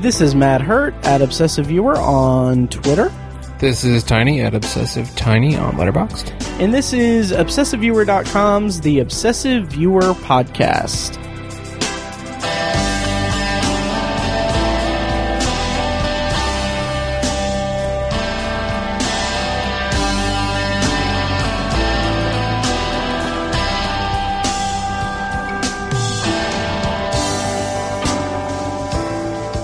This is Matt Hurt at Obsessive Viewer on Twitter. This is Tiny at Obsessive Tiny on Letterboxd. And this is ObsessiveViewer.com's The Obsessive Viewer Podcast.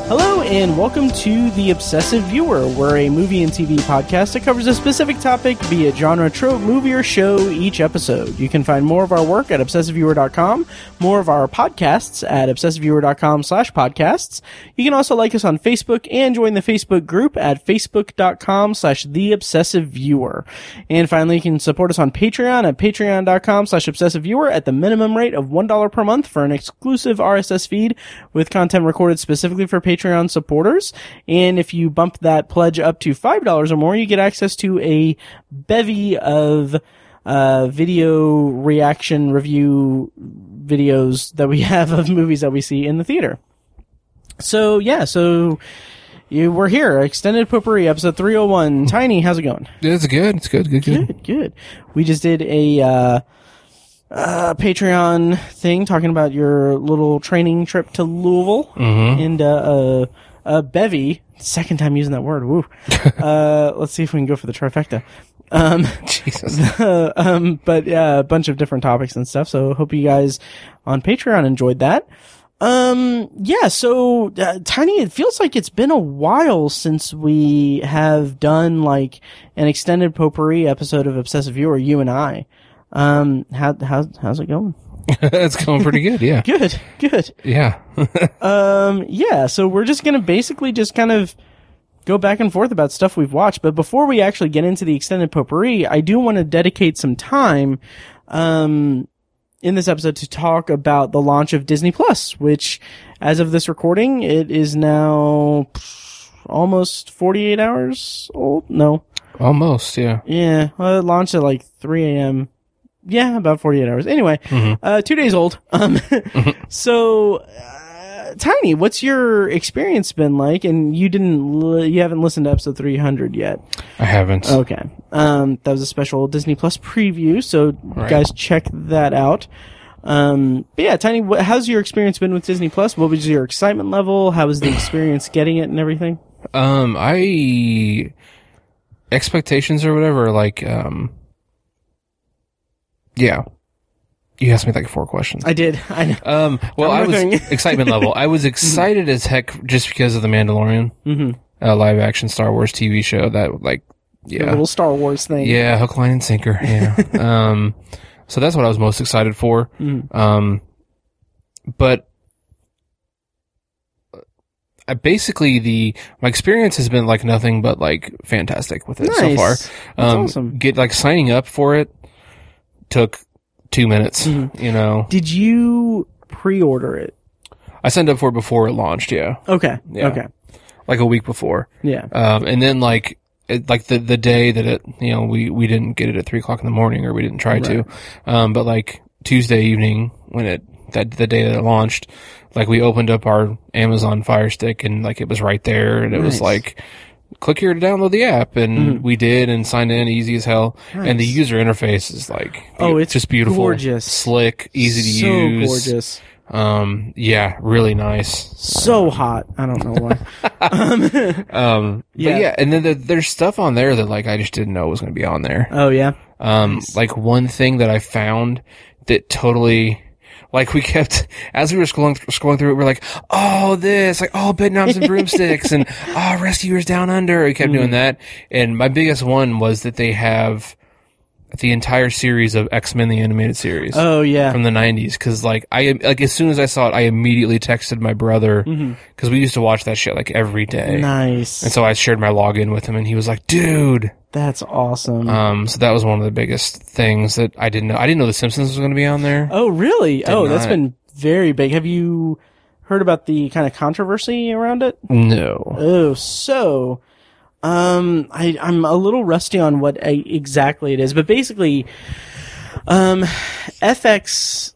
Hello, and welcome to The Obsessive Viewer. We're a movie and TV podcast that covers a specific topic, be it genre, trope, movie, or show each episode. You can find more of our work at ObsessiveViewer.com, more of our podcasts at ObsessiveViewer.com slash podcasts. You can also like us on Facebook and join the Facebook group at Facebook.com slash The Obsessive Viewer. And finally, you can support us on Patreon at Patreon.com slash Obsessive Viewer at the minimum rate of $1 per month for an exclusive RSS feed with content recorded specifically for Patreon supporters. And if you bump that pledge up to $5 or more, you get access to a bevy of uh, video reaction review videos that we have of movies that we see in the theater. So yeah, so you we're here. Extended Potpourri, episode 301. Tiny, how's it going? It's good. It's good. Good. Good. Good, good. We just did a uh, uh, Patreon thing talking about your little training trip to Louisville and uh, uh, a bevy. Second time using that word. Woo. uh, let's see if we can go for the trifecta. Um, Jesus. uh, um, but yeah, a bunch of different topics and stuff. So hope you guys on Patreon enjoyed that. Um, yeah. So uh, Tiny, it feels like it's been a while since we have done like an extended potpourri episode of Obsessive Viewer. You and I. Um, how how how's it going? it's going pretty good. Yeah. Good, good. Yeah. Um, yeah. So we're just gonna basically just kind of go back and forth about stuff we've watched. But before we actually get into the extended potpourri, I do want to dedicate some time um, in this episode to talk about the launch of Disney Plus, which, as of this recording, it is now pff, almost 48 hours old. No, Almost. Yeah. yeah, well, it launched at like 3 a.m. Yeah, about 48 hours. Anyway, uh, two days old. Um, so. Uh, Tiny, what's your experience been like? And you didn't, li- you haven't listened to episode 300 yet. I haven't. Okay. Um, that was a special Disney Plus preview, so Right. guys, check that out. Um, but yeah, Tiny, wh- how's your experience been with Disney Plus? What was your excitement level? How was the experience getting it and everything? Um, I expectations or whatever. Like, um, yeah. You asked me like four questions. I did. I know. Um, well, I'm I was looking. excitement level. I was excited as heck just because of the Mandalorian, mm-hmm. uh, live action Star Wars TV show that like, The yeah, little Star Wars thing. Yeah, hook, line, and sinker. Yeah. um, so that's what I was most excited for. Mm-hmm. Um, but uh, I basically the my experience has been like nothing but like fantastic with it so Nice. far. Um, That's awesome. Get like signing up for it took two minutes. Mm-hmm. You know, Did you pre-order it? I signed up for it before it launched. Yeah, Okay. Yeah. Okay. like a week before. Yeah. Um, and then like, it, like the, the day that it, you know, we, we didn't get it at three o'clock in the morning or we didn't try to. Um, but like Tuesday evening when it, that the day that it launched, like we opened up our Amazon Fire Stick and like it was right there and it was Nice. Mm-hmm. like, click here to download the app and we did and signed in easy as hell. And the Nice. user interface is like, be- Oh, it's just beautiful, gorgeous. slick, easy to so use. gorgeous. Um, yeah, really nice. So hot. I don't know why. Um, Yeah. but yeah, and then the, there's stuff on there that like I just didn't know was going to be on there. oh yeah. Um, like one thing that I found that totally, like we kept as we were scrolling scrolling through it, we're like, oh this, like oh bedknobs and broomsticks, and oh rescuers down under. We kept Mm. doing that, and my biggest one was that they have the entire series of X Men the animated series Oh yeah. from the 90s because like i like as soon as i saw it i immediately texted my brother because we used to watch that shit like every day Mm. Mm-hmm. nice. and so I shared my login with him, and he was like, "Dude." That's awesome. Um, so that was one of the biggest things that I didn't know. I didn't know The Simpsons was going to be on there. oh really? Oh, that's not. been very big. Have you heard about the kind of controversy around it? No. Oh, so um I I'm a little rusty on what I, exactly it is, but basically um FX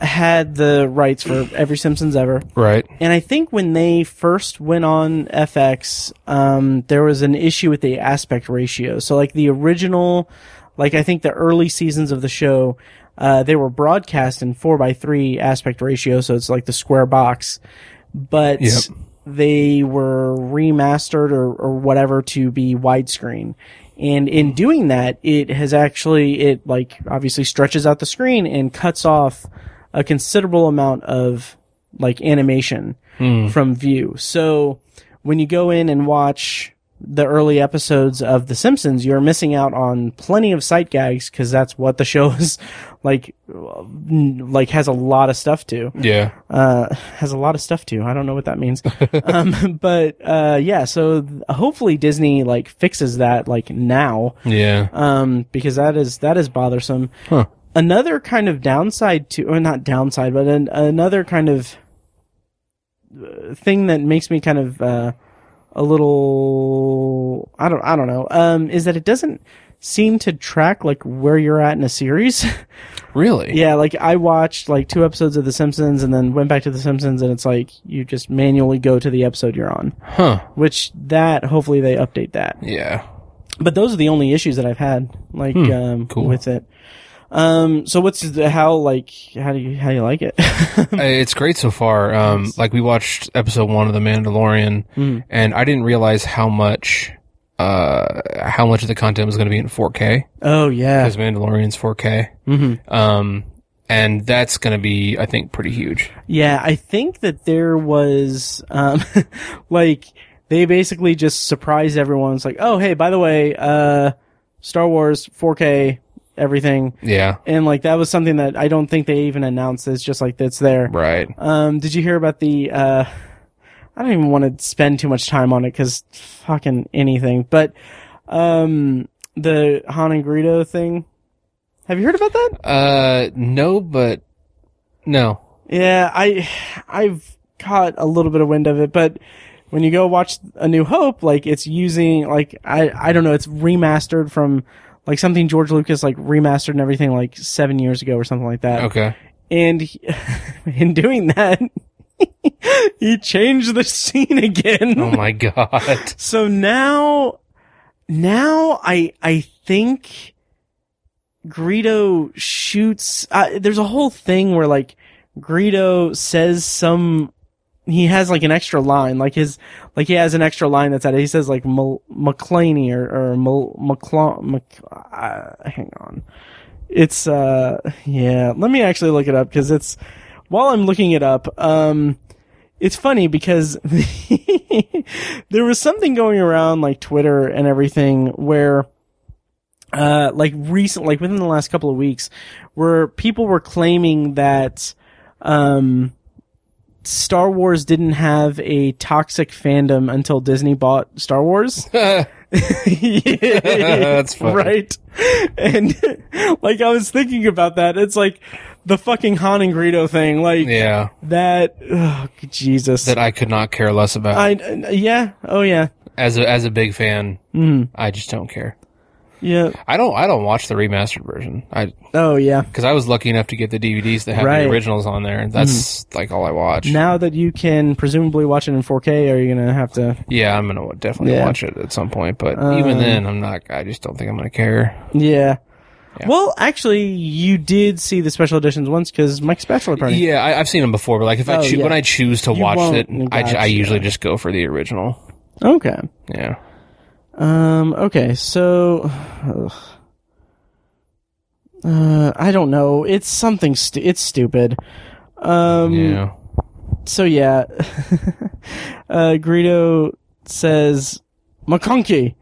had the rights for every Simpsons ever. Right. And I think when they first went on FX, um, there was an issue with the aspect ratio. So like the original, like I think the early seasons of the show, uh, they were broadcast in four by three aspect ratio. So it's like the square box, but Yep. they were remastered or, or whatever to be widescreen. And in doing that, it has actually, it like obviously stretches out the screen and cuts off a considerable amount of like animation from view. So when you go in and watch the early episodes of The Simpsons, you're missing out on plenty of sight gags because that's what the show is like, n- like has a lot of stuff to Yeah. uh, has a lot of stuff to. I don't know what that means. um, but uh, yeah, so th- hopefully Disney like fixes that like now Yeah. um, because that is that is bothersome. Huh. Another kind of downside to, or not downside, but an, another kind of uh, thing that makes me kind of uh, a little, I don't, I don't know, um, is that it doesn't seem to track like where you're at in a series. Really? Yeah, like I watched like two episodes of The Simpsons and then went back to The Simpsons, and it's like you just manually go to the episode you're on, Huh. which that hopefully they update that. Yeah. But those are the only issues that I've had like um, cool. with it. Um, so what's the, how like how do you how do you like it? Uh, It's great so far. Um, like we watched episode one of The Mandalorian, Mm. and I didn't realize how much, uh, how much of the content was going to be in 4K oh yeah, because Mandalorian's 4K. Mm-hmm. Um, and that's going to be, I think, pretty huge. Yeah, I think that there was um like they basically just surprised everyone. It's like, oh hey, by the way, uh Star Wars 4K everything. Yeah. and like that was something that I don't think they even announced. It's just like that's there. Right. Um, did you hear about the? Uh, I don't even want to spend too much time on it because fucking anything. But um, the Han and Greedo thing. Have you heard about that? Uh, no, but no. Yeah, I I've caught a little bit of wind of it, but when you go watch A New Hope, like it's using like I I don't know, it's remastered from like something George Lucas like remastered and everything like seven years ago or something like that. Okay. and he- in doing that, he changed the scene again. Oh my god. So now, now I I think Greedo shoots. Uh, there's a whole thing where like Greedo says some. He has like an extra line, like his, like he has an extra line that's at it. He says like Mul- McClaney or or Mul- McCla- Mc- uh, hang on, it's uh yeah. Let me actually look it up because it's while I'm looking it up. Um, it's funny because there was something going around like Twitter and everything where uh like recent like within the last couple of weeks where people were claiming that um Star Wars didn't have a toxic fandom until Disney bought Star Wars. That's funny. Right. And like I was thinking about that. It's like the fucking Han and Greedo thing. Like yeah. that oh, Jesus. That I could not care less about. I uh, yeah. Oh yeah. as a, as a big fan, Mm-hmm. I just don't care. Yeah. I don't I don't watch the remastered version. I Oh yeah. because I was lucky enough to get the DVDs that have Right. Mm-hmm. the originals on there. That's like all I watch. Now that you can presumably watch it in 4K, are you gonna have to? yeah, I'm gonna definitely Yeah. Uh, watch it at some point. But even then, I'm not. I just don't think I'm gonna care. Yeah. Well, actually, you did see the special editions once because Mike's bachelor party. Yeah, I, I've seen them before, but like if Oh, I choo- yeah. when I choose to watch won't- it, I, ju- I gotcha. usually just go for the original. Okay. Yeah. Um. Okay. So. ugh. Uh, I don't know. It's something. Stu- it's stupid. Um. Yeah. So yeah. uh, Greedo says McConkey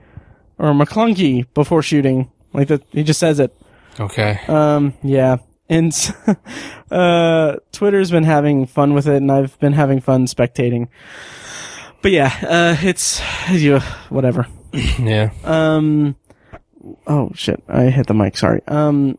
or McClunky before shooting. Like that, he just says it. Okay. Um, yeah. And s- uh, Twitter's been having fun with it, and I've been having fun spectating. But yeah, uh, it's you, whatever. yeah. Um, oh shit, I hit the mic. Sorry. Um,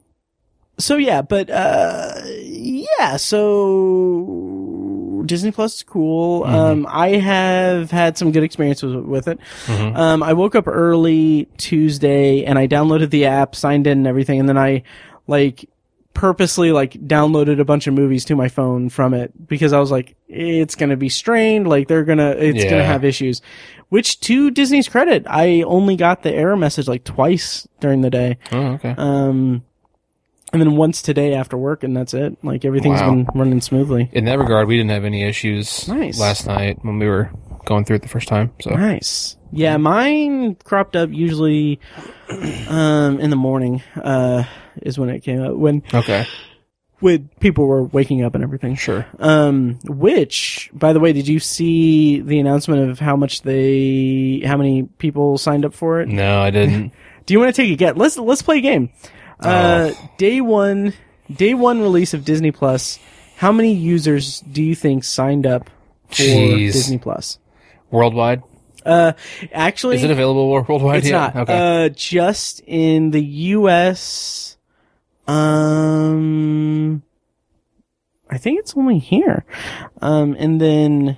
so yeah, but uh, yeah, so Disney Plus is cool. Um, I have had some good experiences with it. Um, I woke up early Tuesday and I downloaded the app, signed in, and everything, and then I like purposely like downloaded a bunch of movies to my phone from it because I was like, it's gonna be strained, like they're gonna, it's gonna Yeah. have issues. Which to Disney's credit, I only got the error message like twice during the day. Oh, okay. Um, and then once today after work, and that's it. Like everything's Wow. been running smoothly. In that regard, we didn't have any issues Nice. last night when we were going through it the first time. So Nice. Yeah, mine cropped up usually um, in the morning uh, is when it came up when okay, when people were waking up and everything. sure. Um, which, by the way, did you see the announcement of how much they, how many people signed up for it? No, I didn't. Do you want to take a guess? Let's let's play a game. Uh, Oh. Day one, day one release of Disney Plus. How many users do you think signed up for Jeez. Disney Plus? worldwide, Uh, actually, is it available wor- worldwide? it's not. yet? Okay. Uh, just in the U.S. Um, I think it's only here. Um, and then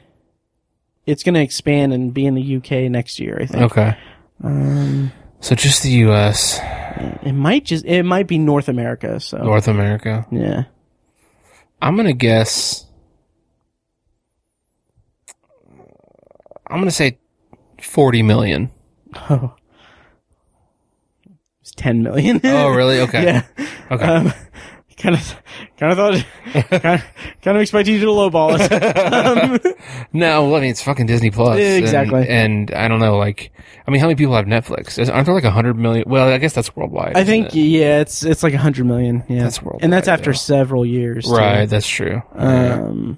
it's going to expand and be in the U.K. next year. I think. okay. Um, So just the U.S., it might just it might be North America. So North America. yeah. I'm gonna guess. I'm gonna say forty million. Oh. It's 10 million. Oh, really? Okay. yeah. Okay. Um, kind of, kind of thought, kind of, kind of expected you to lowball us. Um, no, well, I mean it's fucking Disney Plus. Yeah, and- exactly. And, I don't know, like, I mean, how many people have Netflix? Is- Aren't there like hundred million? Well, I guess that's worldwide. I isn't think, it? yeah, it's, it's like a hundred million. Yeah. That's worldwide, And that's after yeah. several years. too. Right, that's true. Yeah. Um,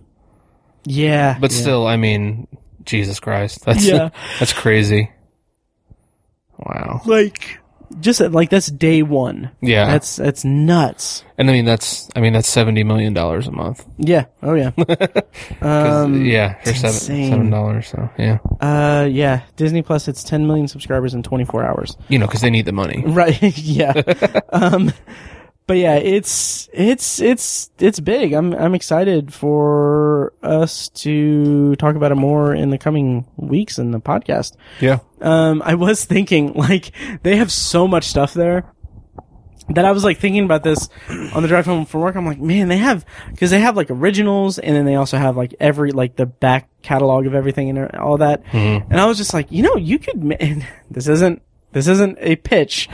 yeah. But yeah. still, I mean, Jesus Christ, that's Yeah. that's crazy. Wow. like, just uh, like that's day one. Yeah, That's, that's nuts. and I mean that's I mean that's seventy million dollars a month. Yeah. Oh, yeah. 'Cause, um, yeah, for it's seven insane. seven dollars. So yeah, Uh, yeah. Disney Plus, it's 10 million subscribers in 24 hours. you know, because they need the money. Right. yeah. um, but yeah, it's it's it's it's big. I'm I'm excited for us to talk about it more in the coming weeks in the podcast. Yeah. Um, I was thinking like they have so much stuff there that I was like thinking about this on the drive home from work. I'm like, man, they have because they have like originals, and then they also have like every like the back catalog of everything and er, all that. Mm-hmm. And I was just like, you know, you could. ma- And this isn't this isn't a pitch,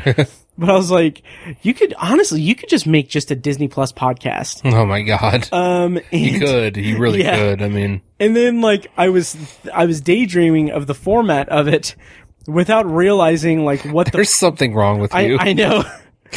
but I was like, you could honestly, you could just make just a Disney Plus podcast. Oh my God. Um, and, you could. You really Yeah. could. I mean, and then like I was I was daydreaming of the format of it without realizing like what the there's something wrong with I, you. I know.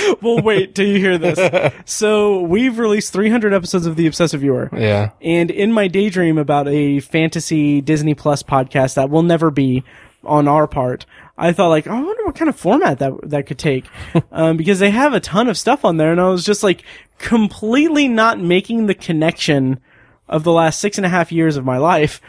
well, wait till you hear this. so we've released 300 episodes of The Obsessive Viewer. yeah. And in my daydream about a fantasy Disney Plus podcast that will never be on our part, I thought like, "Oh, I wonder what kind of format that that could take, um, because they have a ton of stuff on there, and I was just like completely not making the connection of the last six and a half years of my life.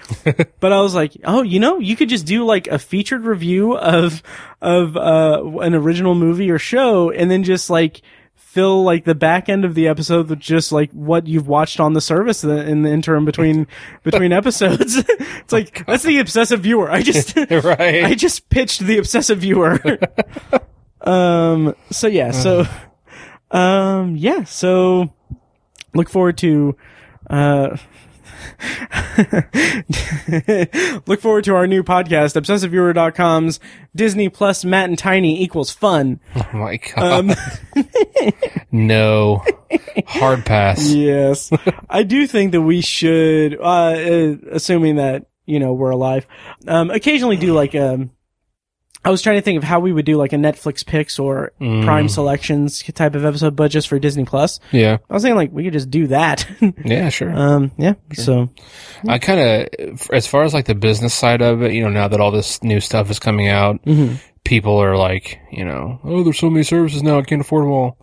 but I was like, oh, you know, you could just do like a featured review of of uh, an original movie or show, and then just like fill like the back end of the episode with just like what you've watched on the service in the, in the interim between between episodes. it's like that's the obsessive viewer. I just Right. I just pitched the obsessive viewer. um. So yeah. So. Um. Yeah. So. Look forward to. Uh, look forward to our new podcast, obsessiveviewer.com's Disney plus Matt and Tiny equals fun. oh my um, God. no. Hard pass. Yes. I do think that we should, uh, uh, assuming that, you know, we're alive, um, occasionally do like, um, I was trying to think of how we would do like a Netflix picks or Mm. Prime selections type of episode, but just for Disney Plus. Yeah. I was thinking like we could just do that. Yeah. Sure. um, yeah. So I kind of, as far as like the business side of it, you know, now that all this new stuff is coming out, Mm-hmm. people are like, you know, oh, there's so many services now, I can't afford them all.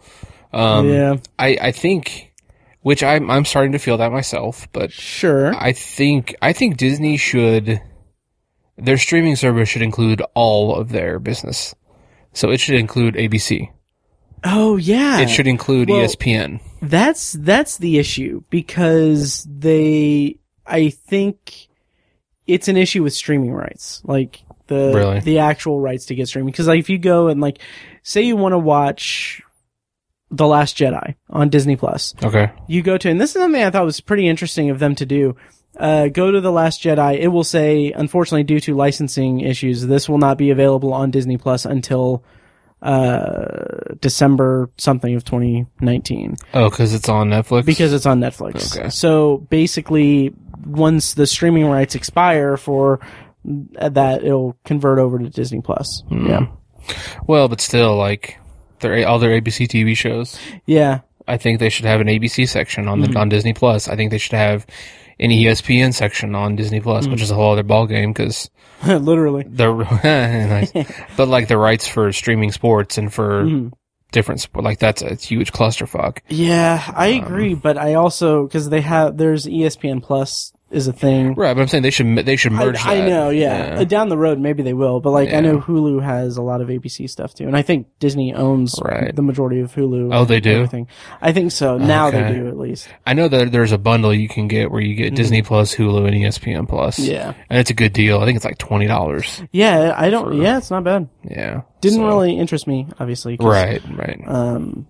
Um, yeah, I, I think, which I'm, I'm starting to feel that myself, but sure. I think, I think Disney should, their streaming service should include all of their business. So it should include ABC. Oh yeah. It should include E Well- ESPN. That's that's the issue because they I think it's an issue with streaming rights. Like the Really? the actual rights to get streaming because like if you go and like say you want to watch The Last Jedi on Disney Plus Okay. you go to, and this is something I thought was pretty interesting of them to do. Uh, go to the Last Jedi. It will say, unfortunately, due to licensing issues, this will not be available on Disney Plus until uh, December something of 2019 Oh, because it's on Netflix. because it's on Netflix. Okay. So basically, once the streaming rights expire for that, it'll convert over to Disney Plus. Hmm. Yeah, well, but still, like their all their ABC TV shows. yeah. I think they should have an ABC section on the Hmm. on Disney Plus. I think they should have an E ESPN section on Disney Plus, Hmm. which is a whole other ballgame because Literally, the nice. but like the rights for streaming sports and for Hmm. different sport like that's a huge clusterfuck. yeah, I Um, agree. but I also because they have there's E ESPN Plus is a thing. Right, but I'm saying they should they should merge. I, that. I know, yeah. Uh, Down the road, maybe they will, but like I Yeah. know Hulu has a lot of ABC stuff too, and I think Disney owns Right. the majority of Hulu. Oh, they and do? Everything. I think so. Now they Okay. do at least. I know that there's a bundle you can get where you get Disney Plus, Hulu, and E ESPN Plus. Hmm. Yeah, and it's a good deal. I think it's like twenty dollars. yeah. I don't. Yeah, it's not bad. Yeah, Didn't So- really interest me, obviously. 'cause, Right, right. Um,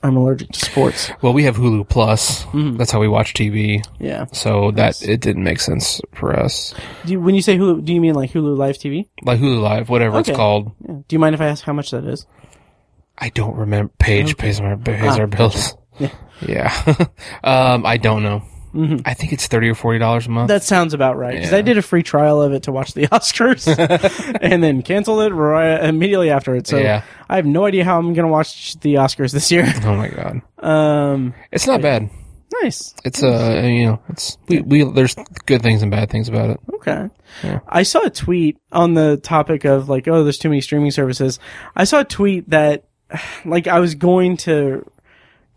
I'm allergic to sports. well, we have Hulu Plus. Hmm. That's how we watch TV. Yeah. So that it didn't make sense for us. Do you, when you say Hulu, do you mean like Hulu Live TV? Like Hulu Live, whatever Okay. it's called. Yeah. Do you mind if I ask how much that is? I don't remember. Paige pays our pays Ah, our bills. Yeah. Mm-hmm. Yeah. um, I don't know. I think it's thirty or forty dollars a month. That sounds about right. Because I Yeah. did a free trial of it to watch the Oscars, and then canceled it right immediately after it. So Yeah. I have no idea how I'm going to watch the Oscars this year. oh my god, Um, it's not bad. nice. It's uh, you know, it's we we there's good things and bad things about it. Okay. Yeah. I saw a tweet on the topic of like, oh, there's too many streaming services. I saw a tweet that, like, I was going to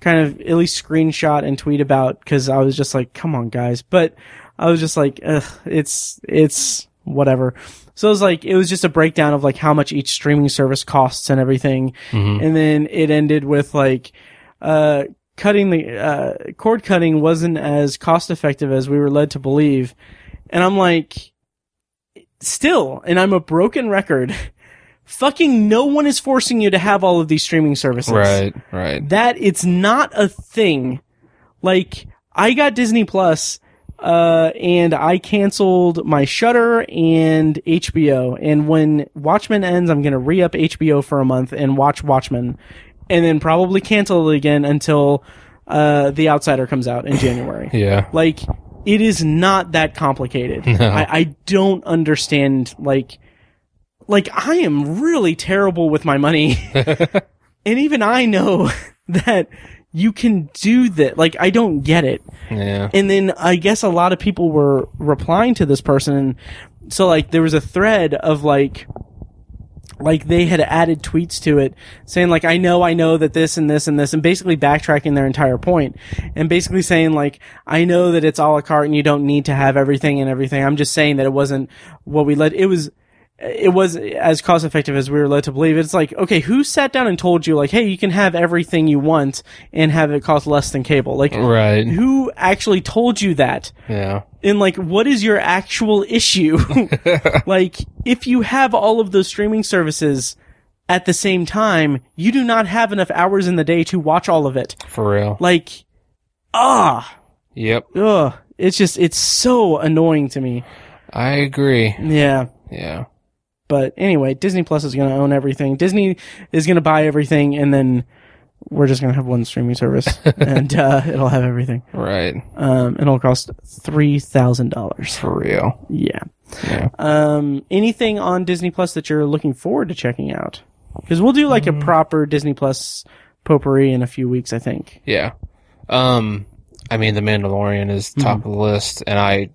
kind of at least screenshot and tweet about because I was just like, come on, guys. But I was just like, Ugh, it's it's whatever. So it was like, it was just a breakdown of like how much each streaming service costs and everything, Mm-hmm. and then it ended with like, uh, cutting the uh, cord cutting wasn't as cost effective as we were led to believe, and I'm like, still, and I'm a broken record. Fucking no one is forcing you to have all of these streaming services Right, right. that it's not a thing. Like I got Disney Plus, uh, and I canceled my Shutter and HBO. And when Watchmen ends, I'm gonna re up HBO for a month and watch Watchmen, and then probably cancel it again until uh, The Outsider comes out in January. Yeah. Like, it is not that complicated. I, I don't understand, like, like, I am really terrible with my money. and even I know that you can do that. Like, I don't get it. Yeah. And then I guess a lot of people were replying to this person. And so like there was a thread of like, like they had added tweets to it saying like, I know, I know that this and this and this and basically backtracking their entire point and basically saying like, I know that it's a la carte and you don't need to have everything and everything. I'm just saying that it wasn't what we led. It was, it was as cost effective as we were led to believe. It's like, okay, who sat down and told you like, Hey, you can have everything you want and have it cost less than cable? Like, Right. who actually told you that? Yeah. And like, what is your actual issue? like, if you have all of those streaming services at the same time, you do not have enough hours in the day to watch all of it. For real. Like, ah, Yep. ugh. It's just, it's so annoying to me. I agree. Yeah. Yeah. But anyway, Disney Plus is going to own everything. Disney is going to buy everything and then we're just going to have one streaming service and uh, it'll have everything. Right. Um, and it'll cost $3,000. For real. Yeah. Yeah. Um, anything on Disney Plus that you're looking forward to checking out? Because we'll do like a Mm-hmm. proper Disney Plus potpourri in a few weeks, I think. Yeah. Um, I mean, The Mandalorian is top of the list, and I,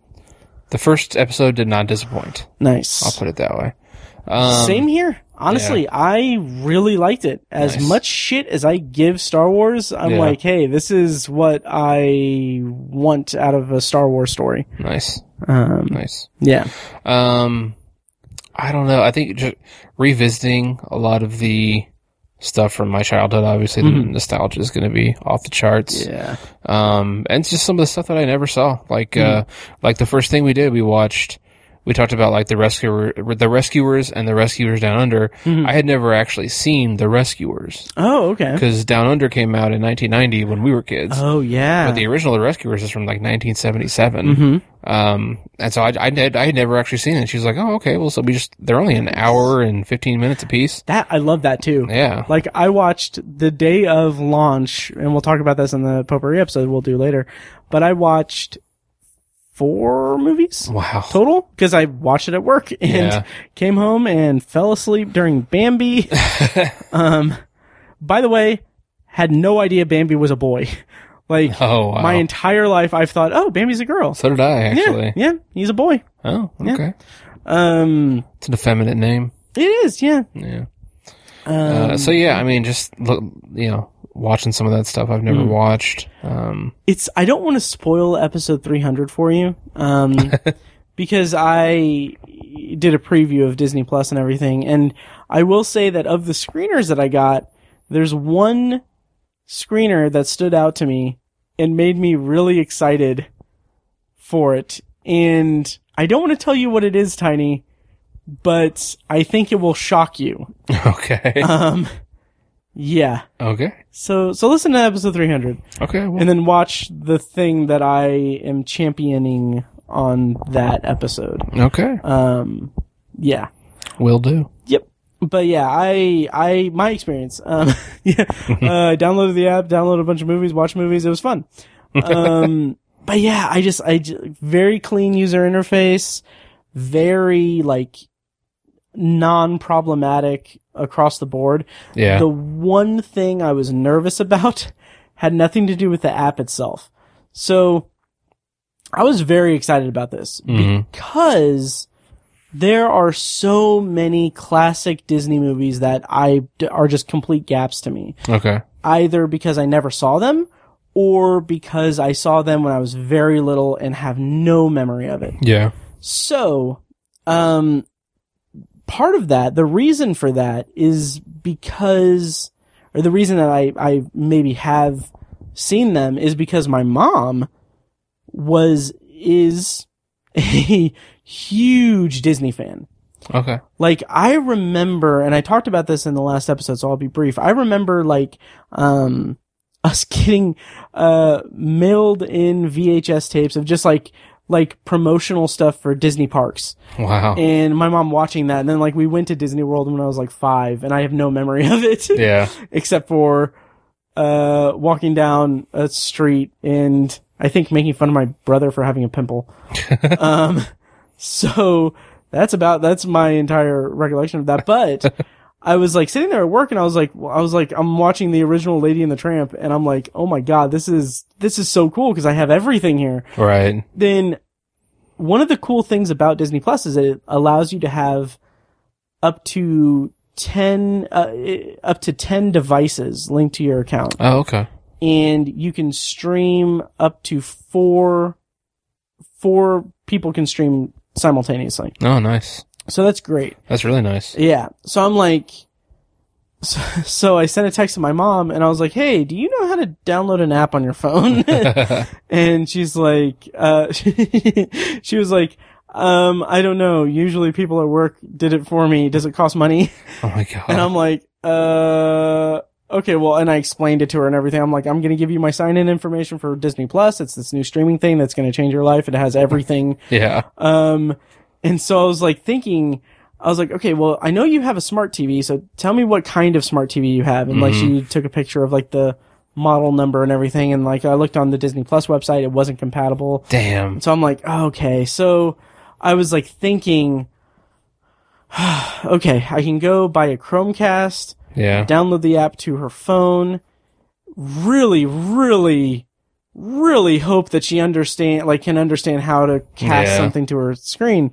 the first episode did not disappoint. I'll Nice. put it that way. Um, Same here. Honestly, I really liked it. As Nice. much shit as I give Star Wars, I'm Yeah. like, hey, this is what I want out of a Star Wars story. Nice. Um, Nice. yeah. Um, I don't know. I think just revisiting a lot of the stuff from my childhood, obviously, the nostalgia is going to be off the charts. Yeah. Hmm. um, and just some of the stuff that I never saw. Like uh, like the first thing we did, we watched we talked about like the rescuer, the rescuers, and the rescuers down under. Hmm. I had never actually seen the rescuers Oh, okay. because Down Under came out in 1990 when we were kids. Oh, yeah. Mm-hmm. But the original The Rescuers is from like 1977. Um, and so I, I, had, I had never actually seen it. She was like, oh, okay. Well, so we just, they're only an hour and 15 minutes apiece. that I love that too. Yeah. Like I watched the day of launch, and we'll talk about this in the potpourri episode we'll do later. But I watched four movies Wow. total because I watched it at work and Yeah. came home and fell asleep during Bambi. um, by the way, had no idea Bambi was a boy. Like Oh, wow. my entire life, I've thought, oh, Bambi's a girl. so did I, yeah, actually. yeah, he's a boy. Oh, okay. Um, It's an effeminate name. it is, yeah. Um, Yeah. uh, so yeah, I mean, just look, you know, watching some of that stuff I've never watched. Um, it's I don't want to spoil episode 300 for you um because I did a preview of Disney Plus and everything and I will say that of the screeners that I got there's one screener that stood out to me and made me really excited for it and I don't want to tell you what it is tiny but I think it will shock you okay, um yeah okay, so so listen to episode 300 okay. Well, and then watch the thing that I am championing on that episode. okay, Um, yeah. will do. Yep. But yeah, I I my experience. Um, yeah, uh, I downloaded the app, downloaded a bunch of movies, watched movies. It was fun. Um, but yeah, I just I j- very clean user interface, very like non problematic across the board. Yeah. The one thing I was nervous about had nothing to do with the app itself. So I was very excited about this Mhm. because there are so many classic Disney movies that I d- are just complete gaps to me, Okay. either because I never saw them or because I saw them when I was very little and have no memory of it. Yeah. So, um, part of that, the reason for that is because, or the reason that I, I maybe have seen them is because my mom was, is a huge Disney fan. Okay. Like, I remember, and I talked about this in the last episode, so I'll be brief. I remember, like, um, us getting, uh, mailed in VHS tapes of just like, like promotional stuff for Disney parks Wow. and my mom watching that and then like we went to disney world when i was like five and i have no memory of it yeah. except for uh walking down a street and i think making fun of my brother for having a pimple um so that's about that's my entire recollection of that but i was like sitting there at work and i was like i was like i'm watching the original lady and the tramp and i'm like oh my god this is this is so cool because i have everything here Right. then one of the cool things about Disney Plus is that it allows you to have up to 10 uh, eh, up to 10 devices linked to your account Oh, okay. and you can stream up to 4 4 people can stream simultaneously. Oh, nice. So that's great. That's really nice. Yeah. So I'm like, so, so I sent a text to my mom and I was like, hey, do you know how to download an app on your phone? and she's like, uh, she was like, um, I don't know. Usually people at work did it for me. Does it cost money? Oh my And god. I'm like, uh, okay, well, and I explained it to her and everything. I'm like, I'm going to give you my sign in information for Disney Plus. It's this new streaming thing that's going to change your life. It has everything Yeah. um, and so I was like thinking, I was like, okay, well, I know you have a smart TV, so tell me what kind of smart TV you have. And like, she took a picture of like the model number and everything. And like, I looked on the Disney Plus website, it wasn't compatible. Damn. So I'm like, oh, okay. So I was like thinking, okay, I can go buy a Chromecast, Yeah. download the app to her phone. Really, really, really hope that she understand, like, can understand how to cast Yeah. something to her screen.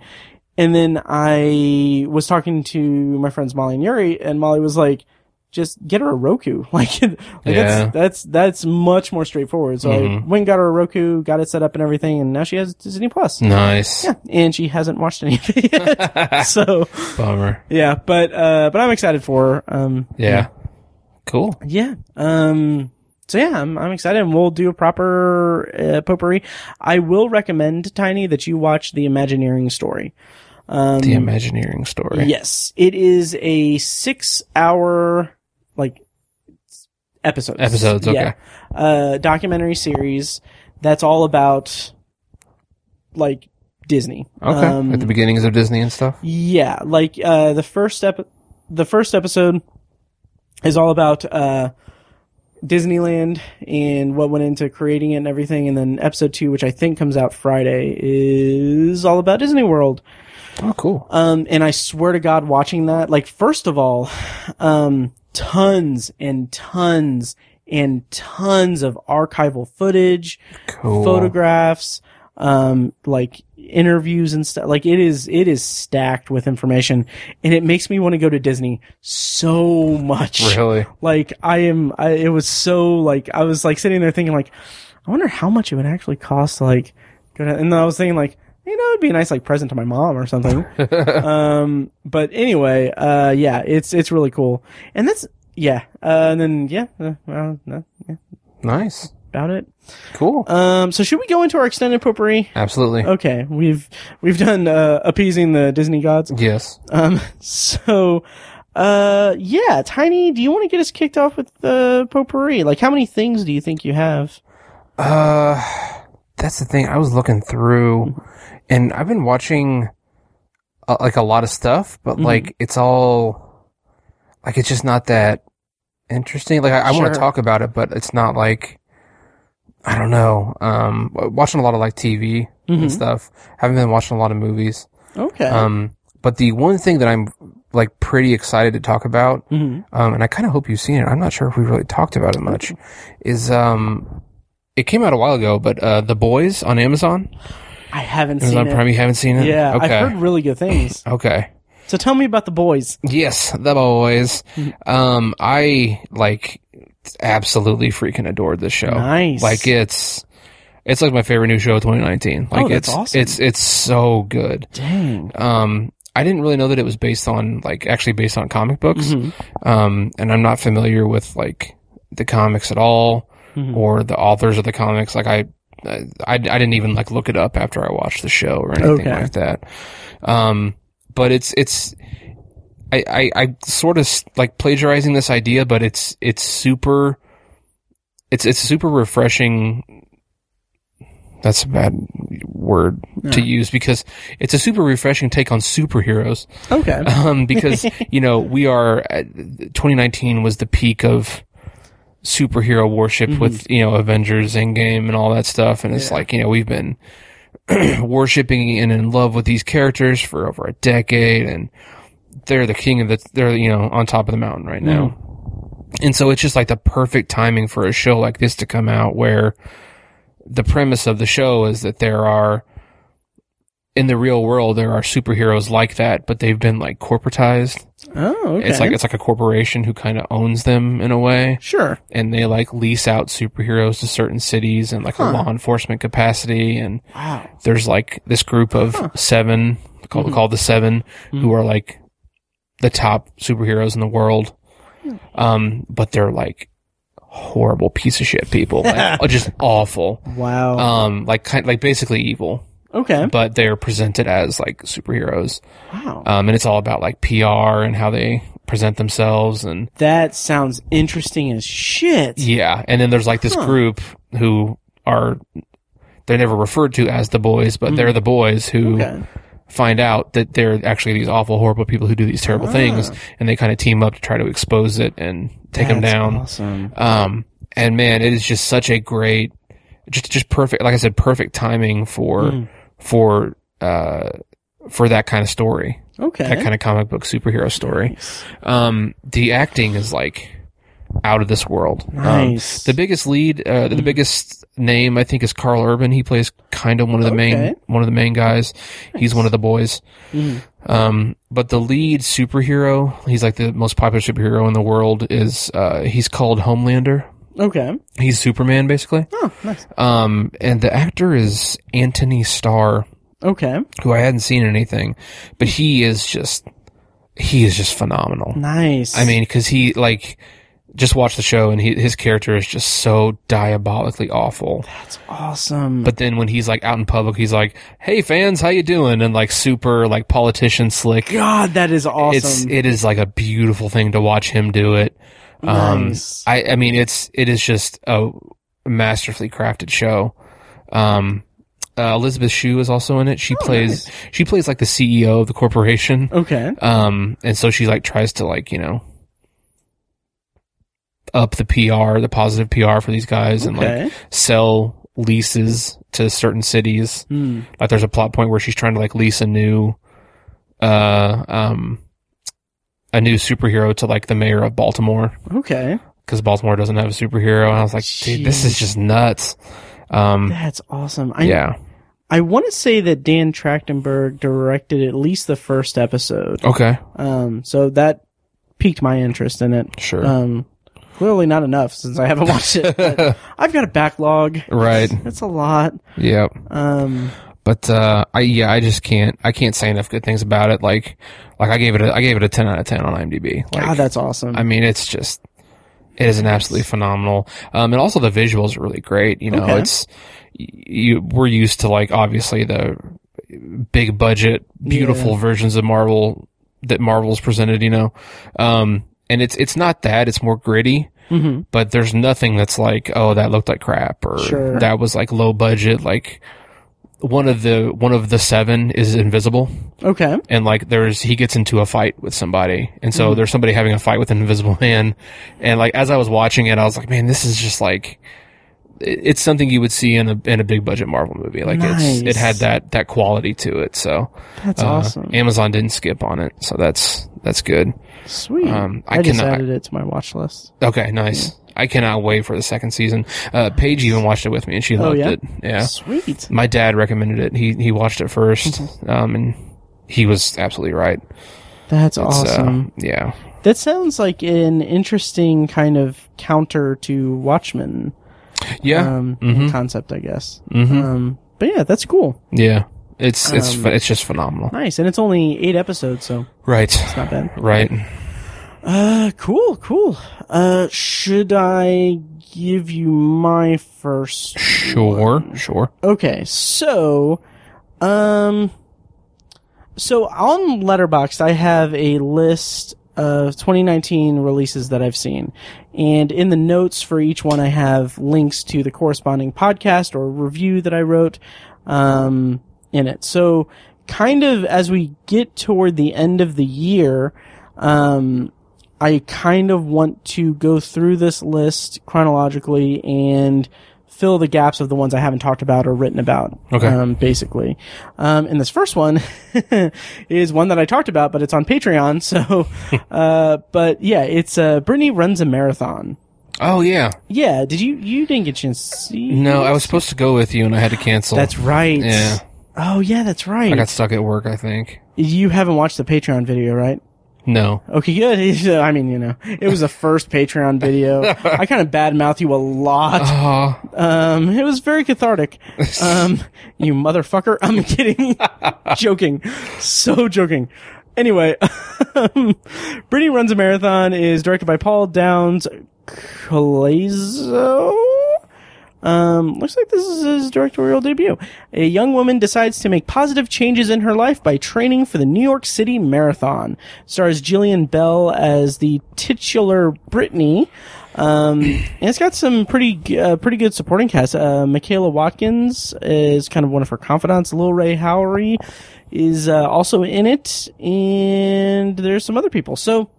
And then I was talking to my friends Molly and Yuri, and Molly was like, "Just get her a Roku. Like, like Yeah. Mm-hmm. that's that's that's much more straightforward." So I went and got her a Roku, got it set up and everything, and now she has Disney Plus. Mm. Nice. Yeah, and she hasn't watched any of it yet. so Bummer. yeah, but uh, but I'm excited for her. Um, Yeah. Cool. yeah. Um. So yeah, I'm I'm excited, and we'll do a proper uh, potpourri. I will recommend Tiny that you watch the Imagineering story. Um, The Imagineering story. Yes, it is a six-hour like episodes. Episodes, okay. uh, documentary series that's all about like Disney. Okay. Um, At the beginnings of Disney and stuff. yeah, like uh, the first ep- the first episode is all about uh, Disneyland and what went into creating it and everything, and then episode two, which I think comes out Friday, is all about Disney World. Oh, cool. Um, and I swear to God, watching that, like, first of all, um, tons and tons and tons of archival footage, Cool. photographs, um, like interviews and stuff. Like, it is, it is stacked with information and it makes me want to go to Disney so much. Really? Like, I am, I, it was so, like, I was like sitting there thinking, like, I wonder how much it would actually cost to, like, go to, and then I was thinking, like, you know, it'd be a nice, like, present to my mom or something um but anyway uh yeah it's it's really cool and that's yeah uh and then yeah uh, well, no, yeah nice. about it Cool. um so should we go into our extended potpourri Absolutely. okay we've we've done uh appeasing the disney gods yes. um so uh yeah tiny do you want to get us kicked off with the potpourri like how many things do you think you have Uh, that's the thing. I was looking through, and I've been watching uh, like a lot of stuff, but Mhm. like it's all like it's just not that interesting. Like I, I want Sure. to talk about it, but it's not like I don't know. Um, w- watching a lot of like TV Mhm. and stuff. Haven't been watching a lot of movies. okay Um, but the one thing that I'm like pretty excited to talk about Mhm. um, and I kind of hope you've seen it. I'm not sure if we really talked about it much. Is um, it came out a while ago, but uh, the boys on Amazon, i haven't Amazon seen it Prime. You haven't seen it? yeah Okay. i've heard really good things okay. so tell me about the boys Yes, the boys. Mm-hmm. Um, I like absolutely freaking adored this show. Nice. Like it's. It's like my favorite new show of 2019. Like Oh, that's it's awesome. it's it's so good. dang Um, I didn't really know that it was based on like actually based on comic books. Mm-hmm. Um, and I'm not familiar with like the comics at all Mhm. or the authors of the comics. Like I, I, I didn't even like look it up after I watched the show or anything Okay. like that. Um, but it's it's I, I I sort of s- like plagiarizing this idea, but it's it's super it's it's super refreshing. That's a bad word to Yeah. use because it's a super refreshing take on superheroes okay um, because you know we are at, 2019 was the peak of superhero worship with you know Avengers Endgame and all that stuff, and it's Yeah. like you know we've been worshiping and in love with these characters for over a decade, and they're the king of the they're you know on top of the mountain right now, Mm-hmm. and so it's just like the perfect timing for a show like this to come out where the premise of the show is that there are in the real world there are superheroes like that but they've been like corporatized Oh, okay. it's like it's like a corporation who kind of owns them in a way sure. and they like lease out superheroes to certain cities and like Huh. a law enforcement capacity and Wow. there's like this group of seven called, Mm-hmm. called the 7 who are like the top superheroes in the world Hmm. um but they're like horrible piece of shit people like, just awful Wow. um uh, like kind like basically evil okay. but they're presented as like superheroes Wow. um and it's all about like pr and how they present themselves and that sounds interesting as shit. yeah and then there's like this Huh. group who are they're never referred to as the boys but they're the boys who Mm-hmm. Okay. find out that they're actually these awful, horrible people who do these terrible things, and they kind of team up to try to expose it and take them That's down. Awesome. Um, and man, it is just such a great, just just perfect. Like I said, perfect timing for for uh for that kind of story, that Okay. kind of comic book superhero story. Um, the acting is like out of this world. Um, Nice. the biggest lead, uh, the biggest name I think is Carl Urban. He plays kind of one of the Okay. main one of the main guys. He's one of the boys. Um, but the lead superhero, he's like the most popular superhero in the world. Is uh, he's called Homelander. okay. He's Superman basically. Oh, nice. Um, and the actor is Anthony Starr, Okay. who I hadn't seen in anything, but he is just he is just phenomenal. Nice. I mean, because he like just watch the show and he, his character is just so diabolically awful. That's awesome. But then when he's like out in public, he's like, "Hey fans, how you doing?" and like super like politician slick. God, that is It's awesome. it is like a beautiful thing to watch him do it. Um, Nice. I I mean it's it is just a masterfully crafted show. Um, uh, Elizabeth Shue is also in it. She Oh, plays she plays like the CEO of the corporation. okay. Um, and so she like tries to like you know up the PR, the positive PR for these guys, and like Okay. sell leases to certain cities. Hmm. Like there's a plot point where she's trying to like lease a new, uh, um, a new superhero to like the mayor of Baltimore Okay. because Baltimore doesn't have a superhero, and I was like, dude, this is Jeez. just nuts. Um, That's awesome. I yeah. I want to say that Dan Trachtenberg directed at least the first episode. Okay. Um, so that piqued my interest in it. Sure. Um, clearly not enough since I haven't watched it. but I've got a backlog. right. That's a lot. Yep. Um, but uh, I yeah, I just can't I can't say enough good things about it. Like like I gave it a I gave it a ten out of ten on IMDb. Like God, that's awesome. I mean, it's just it is an absolutely phenomenal. Um, and also the visuals are really great. You know, Okay. it's y- you we're used to like obviously the big budget, beautiful versions of Marvel that Marvel's presented. You know, um, and it's it's not that it's more gritty hmm but there's nothing that's like, oh, that looked like crap or Sure. that was like low budget. Like one of the one of the seven is invisible, Okay. and like there's he gets into a fight with somebody, and so Mhm. there's somebody having a fight with an invisible man, and like as I was watching it, I was like, man, this is just like. it- It's something you would see in a in a big budget Marvel movie. Like Nice. it's it had that that quality to it. So That's uh, awesome. Amazon didn't skip on it, so that's that's good. Sweet. um, I, I just cannot- added it to my watch list. Okay, nice. I cannot wait for the second season. Uh, Paige even watched it with me, and she Oh, loved yeah? it. Yeah, Sweet. my dad recommended it. He he watched it first, Mhm. um, and he was absolutely right. That's It's, uh, awesome. yeah, That sounds like an interesting kind of counter to Watchmen yeah, um, Mhm. concept, I guess. Mhm. Um, but yeah, that's cool. yeah. It's it's um, ph- it's just phenomenal. Nice, and it's only eight episodes, so Right, not bad. right. Uh, cool, cool. Uh, should I give you my first? Sure, sure. Okay, so, um, so on Letterboxd, I have a list of 2019 releases that I've seen. And in the notes for each one, I have links to the corresponding podcast or review that I wrote, um, in it. So, kind of as we get toward the end of the year, um, I kind of want to go through this list chronologically and fill the gaps of the ones I haven't talked about or written about. Okay. Um, basically. Um, and this first one is one that I talked about, but it's on Patreon. So, uh, but yeah, it's, uh, Brittany runs a marathon. Oh yeah. Yeah. Did you, you didn't get a chance to see? No, I was supposed to go with you, and I had to cancel. That's right. Yeah. Oh yeah, that's right. I got stuck at work. I think. you haven't watched the Patreon video, right? No. Okay, good. I mean, you know, it was the first Patreon video. I kind of badmouth you a lot. Oh, Um, it was very cathartic. Um, you motherfucker. I'm kidding. joking. So joking. Anyway, um, Brittany Runs a Marathon is directed by Paul Downs Collazo. Um, looks like this is his directorial debut. A young woman decides to make positive changes in her life by training for the New York City Marathon. Stars Gillian Bell as the titular Brittany. Um, and it's got some pretty, uh, pretty good supporting cast. Uh, Michaela Watkins is kind of one of her confidants. Lil Ray Howery is, uh, also in it. And there's some other people. So,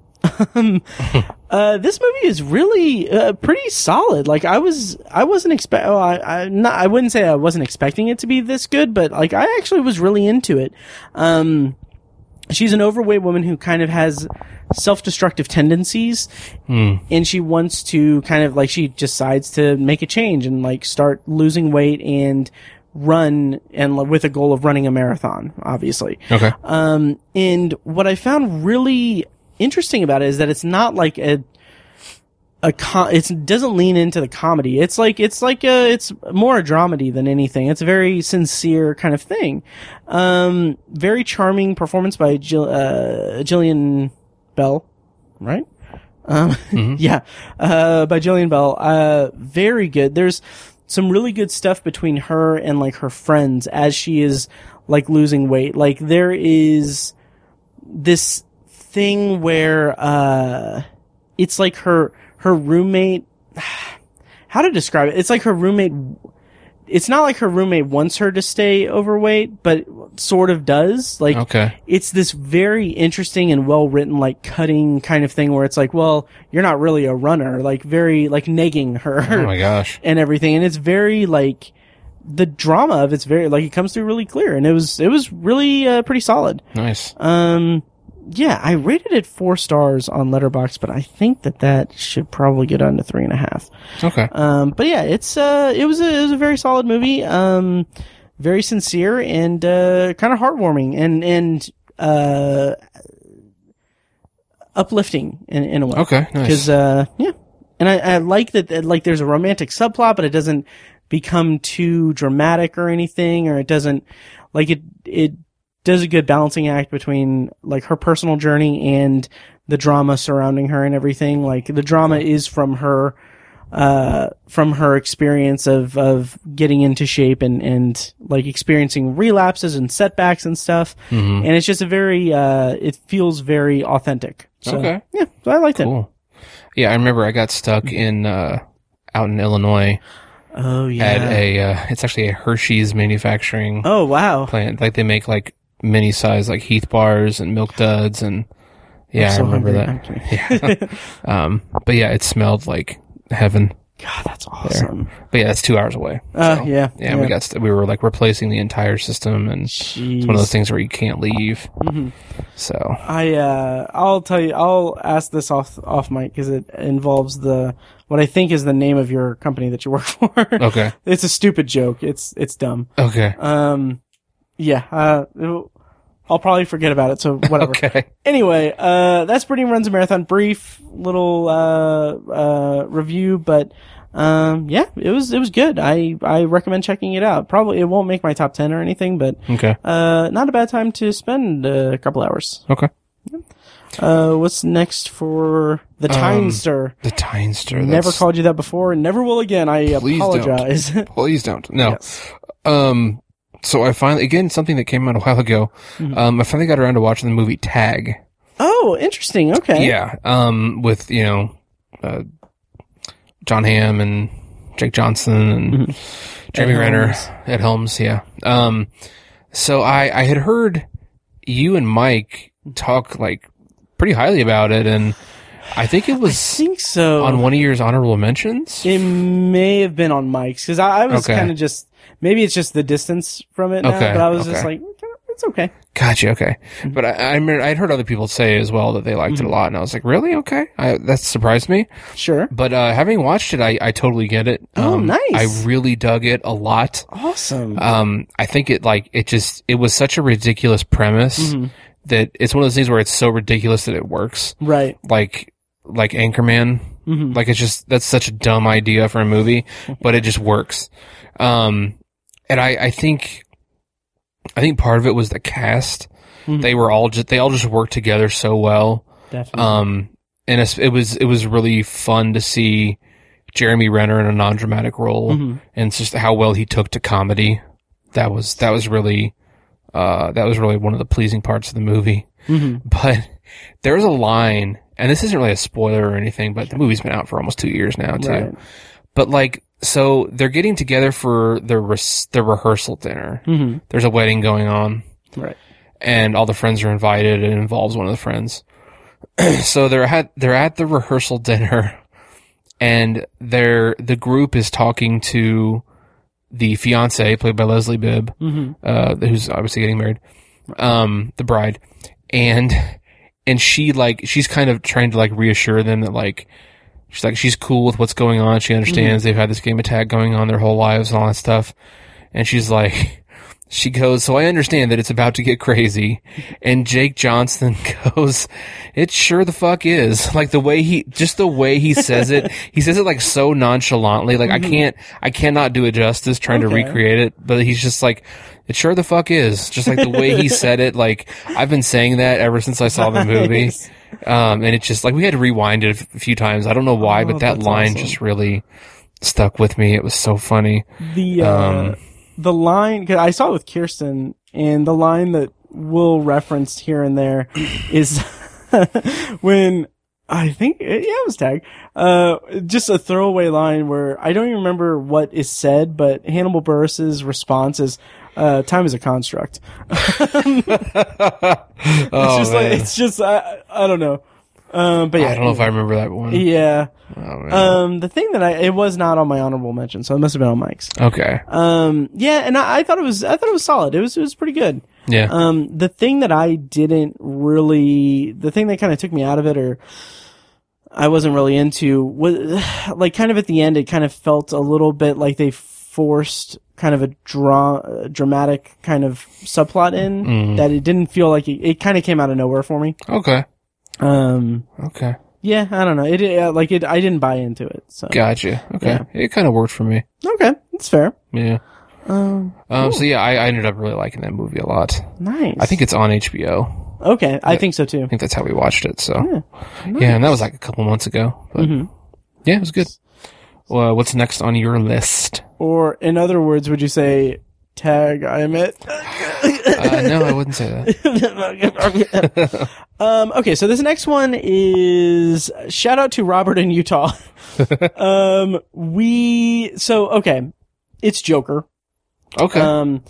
um, uh, this movie is really uh, pretty solid. Like I was, I wasn't expect. Oh, I, I, not, I wouldn't say I wasn't expecting it to be this good, but like I actually was really into it. Um, she's an overweight woman who kind of has self-destructive tendencies and she wants to kind of like she decides to make a change and like start losing weight and run and like, with a goal of running a marathon obviously okay. um, and what I found really interesting about it is that it's not like a a com- it's, it doesn't lean into the comedy. It's like it's like a it's more a dramedy than anything. It's a very sincere kind of thing. Um, very charming performance by Jill, uh, Jillian Bell, right? Um, Yeah, uh, by Jillian Bell. Uh, very good. There's some really good stuff between her and like her friends as she is like losing weight. Like there is this thing where uh, it's like her her roommate. How to describe it? It's like her roommate. It's not like her roommate wants her to stay overweight, but sort of does. Like Okay. it's this very interesting and well written, like cutting kind of thing where it's like, well, you're not really a runner, like very, like negging her Oh my gosh. and everything. And it's very like the drama of it's very, like it comes through really clear and it was, it was really uh, pretty solid. Nice. Um, yeah, I rated it four stars on Letterbox, but I think that that should probably get down to three and a half. Okay. Um, but yeah, it's uh, it was a it was a very solid movie. Um, very sincere and uh, kind of heartwarming and and uh, uplifting in, in a way. Okay. Nice. Because uh, yeah, and I, I like that, that like there's a romantic subplot, but it doesn't become too dramatic or anything, or it doesn't like it it does a good balancing act between like her personal journey and the drama surrounding her and everything. Like the drama is from her uh from her experience of of getting into shape and and like experiencing relapses and setbacks and stuff hmm and it's just a very uh it feels very authentic so Okay. yeah so i liked it Cool. Yeah, I remember I got stuck in uh, out in Illinois Oh yeah. at a. Uh, it's actually a Hershey's manufacturing oh wow. plant. Like they make like mini size like Heath bars and Milk Duds and yeah, I so remember hungry. that. I'm kidding. Yeah. um, but yeah, it smelled like heaven. God, that's awesome. But yeah, that's two hours away. Uh, So, yeah. Yeah, we got st- we were like replacing the entire system, and it's Jeez. one of those things where you can't leave. Mhm. So I uh, I'll tell you. I'll ask this off off mic because it involves the what I think is the name of your company that you work for. okay, it's a stupid joke. It's it's dumb. okay, Um, yeah. Uh, it'll- I'll probably forget about it. So whatever. okay. anyway, uh, that's Brittany runs a marathon. Brief little uh, uh, review, but um, yeah, it was it was good. I I recommend checking it out. Probably it won't make my top ten or anything, but Okay. uh, not a bad time to spend a couple hours. Okay. Uh, what's next for the Um, Timester? The Tynester. Never called you that before, and never will again. I Please don't. apologize. Please don't. No. Yes. Um. So I finally, again, something that came out a while ago. Mm-hmm. Um, I finally got around to watching the movie Tag. Oh, interesting. Okay. Yeah. Um. With you know, uh, John Hamm and Jake Johnson and Mm-hmm. Jeremy Ed Renner Helms. at Helms. Yeah. Um. So I I had heard you and Mike talk like pretty highly about it, and I think it I was think so. on one of your honorable mentions. It may have been on Mike's because I, I was Okay. kind of just maybe it's just the distance from it now, Okay, but I was just okay. like it's okay. Gotcha. Okay, Mm-hmm. but I, I remember I'd heard other people say as well that they liked it a lot, and I was like, really? Okay, I, that surprised me. Sure, But uh, having watched it, I, I totally get it. Um, Oh, nice. I really dug it a lot. awesome. Um, I think it like it just it was such a ridiculous premise Mm-hmm. that it's one of those things where it's so ridiculous that it works. right. Like like Anchorman. hmm Like it's just that's such a dumb idea for a movie, but it just works. Um, and I, I think, I think part of it was the cast. Mhm. They were all just they all just worked together so well. Definitely. Um, and it's, it was it was really fun to see Jeremy Renner in a non dramatic role, Mhm. and it's just how well he took to comedy. That was that was really, uh, that was really one of the pleasing parts of the movie Mhm. but there's a line, and this isn't really a spoiler or anything, but the movie's been out for almost two years now too. Right. But like, so they're getting together for the re- the rehearsal dinner. Mhm. There's a wedding going on, Right. and all the friends are invited. It involves one of the friends. so they're at they're at the rehearsal dinner, and they're the group is talking to the fiance played by Leslie Bibb Mhm. uh, who's obviously getting married, um, the bride, and and she like she's kind of trying to like reassure them that like she's like she's cool with what's going on. She understands they've had this game attack going on their whole lives and all that stuff, and she's like. she goes, So I understand that it's about to get crazy. And Jake Johnston goes, It sure the fuck is. Like the way he, just the way he says it, he says it like so nonchalantly. Like I can't, I cannot do it justice trying Okay. to recreate it, but he's just like, It sure the fuck is. Just like the way he said it. Like I've been saying that ever since I saw the movie. Nice. Um, and it just like we had to rewind it a f- few times. I don't know why, Oh, but that that's line awesome. just really stuck with me. It was so funny. the uh, Um, the line 'cause I saw it with Kirsten, and the line that Will referenced here and there is when I think yeah it was tag, uh, just a throwaway line where I don't even remember what is said, but Hannibal Burris's response is. Uh, time is a construct. It's Oh, just man. like it's just I I don't know, um, but yeah, I don't know if I remember that one. yeah. Oh, man. Um, the thing that I it was not on my honorable mention, so it must have been on Mike's. okay. Um, yeah, and I, I thought it was I thought it was solid. It was it was pretty good. Yeah. Um, the thing that I didn't really, the thing that kind of took me out of it, or I wasn't really into, was like kind of at the end, it kind of felt a little bit like they forced kind of a dra- dramatic kind of subplot in Mm. that it didn't feel like it, it kind of came out of nowhere for me. okay. Um, Okay. yeah, I don't know. It, it uh, like it, I didn't buy into it. So Gotcha. Okay. Yeah. It kind of worked for me. okay, that's fair. Yeah. Um, Um, so yeah, I, I ended up really liking that movie a lot. nice. I think it's on HBO. okay, I think so too. I think that's how we watched it. So yeah, Nice. and that was like a couple months ago. But Mhm. yeah, it was good. Well, what's next on your list? Or in other words, would you say tag I'm it? Uh, no, I wouldn't say that. um, okay, so this next one is shout out to Robert in Utah. um, we so okay, it's Joker. Okay. Um,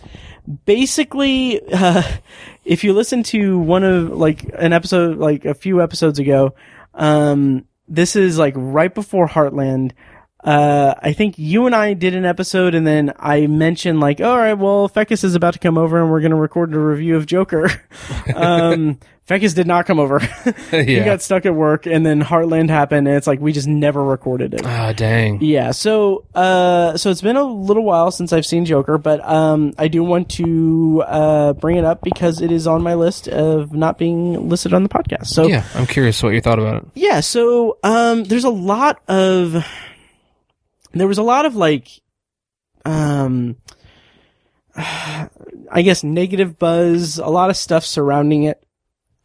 basically, uh, if you listen to one of like an episode, like a few episodes ago, um, this is like right before Heartland. Uh, I think you and I did an episode, and then I mentioned like, all right, well, Fecus is about to come over, and we're gonna record a review of Joker. um, Fecus did not come over. He yeah. got stuck at work, and then Heartland happened, and it's like we just never recorded it. Ah, dang. Yeah, so uh, so it's been a little while since I've seen Joker, but um, I do want to uh, bring it up because it is on my list of not being listed on the podcast. So Yeah, I'm curious what you thought about it. yeah, so um, there's a lot of there was a lot of like um, I guess negative buzz, a lot of stuff surrounding it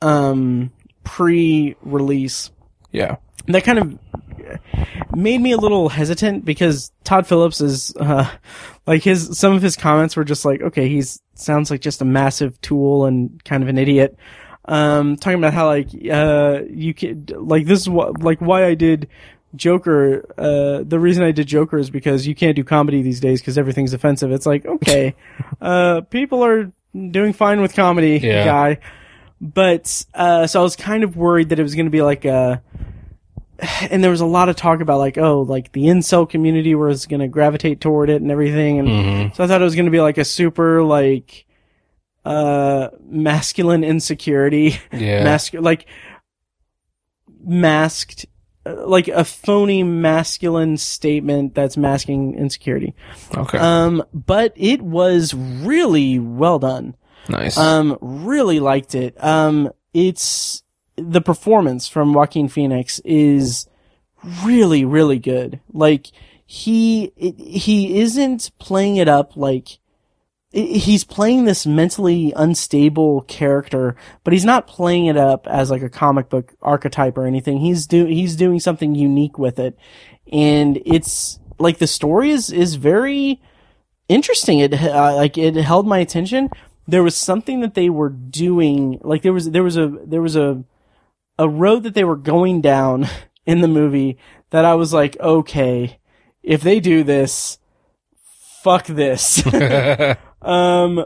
um, pre-release Yeah. that kind of made me a little hesitant because Todd Phillips is uh, like his some of his comments were just like okay he's sounds like just a massive tool and kind of an idiot um talking about how like uh you could like this is what like why I did Joker uh the reason I did Joker is because you can't do comedy these days cuz everything's offensive it's like okay uh people are doing fine with comedy Yeah. guy but uh so I was kind of worried that it was going to be like uh and there was a lot of talk about like oh like the incel community was going to gravitate toward it and everything and Mm-hmm. so i thought it was going to be like a super like uh masculine insecurity Yeah. mask like masked uh, like a phony masculine statement that's masking insecurity okay. um but it was really well done nice. um, really liked it. Um, it's the performance from Joaquin Phoenix is really, really good. Like he it, he isn't playing it up like i- he's playing this mentally unstable character, but he's not playing it up as like a comic book archetype or anything. He's do he's doing something unique with it, and it's like the story is is very interesting. It uh, like it held my attention. There was something that they were doing, like there was there was a there was a a road that they were going down in the movie that I was like, okay, if they do this, fuck this. Mm-hmm. Um,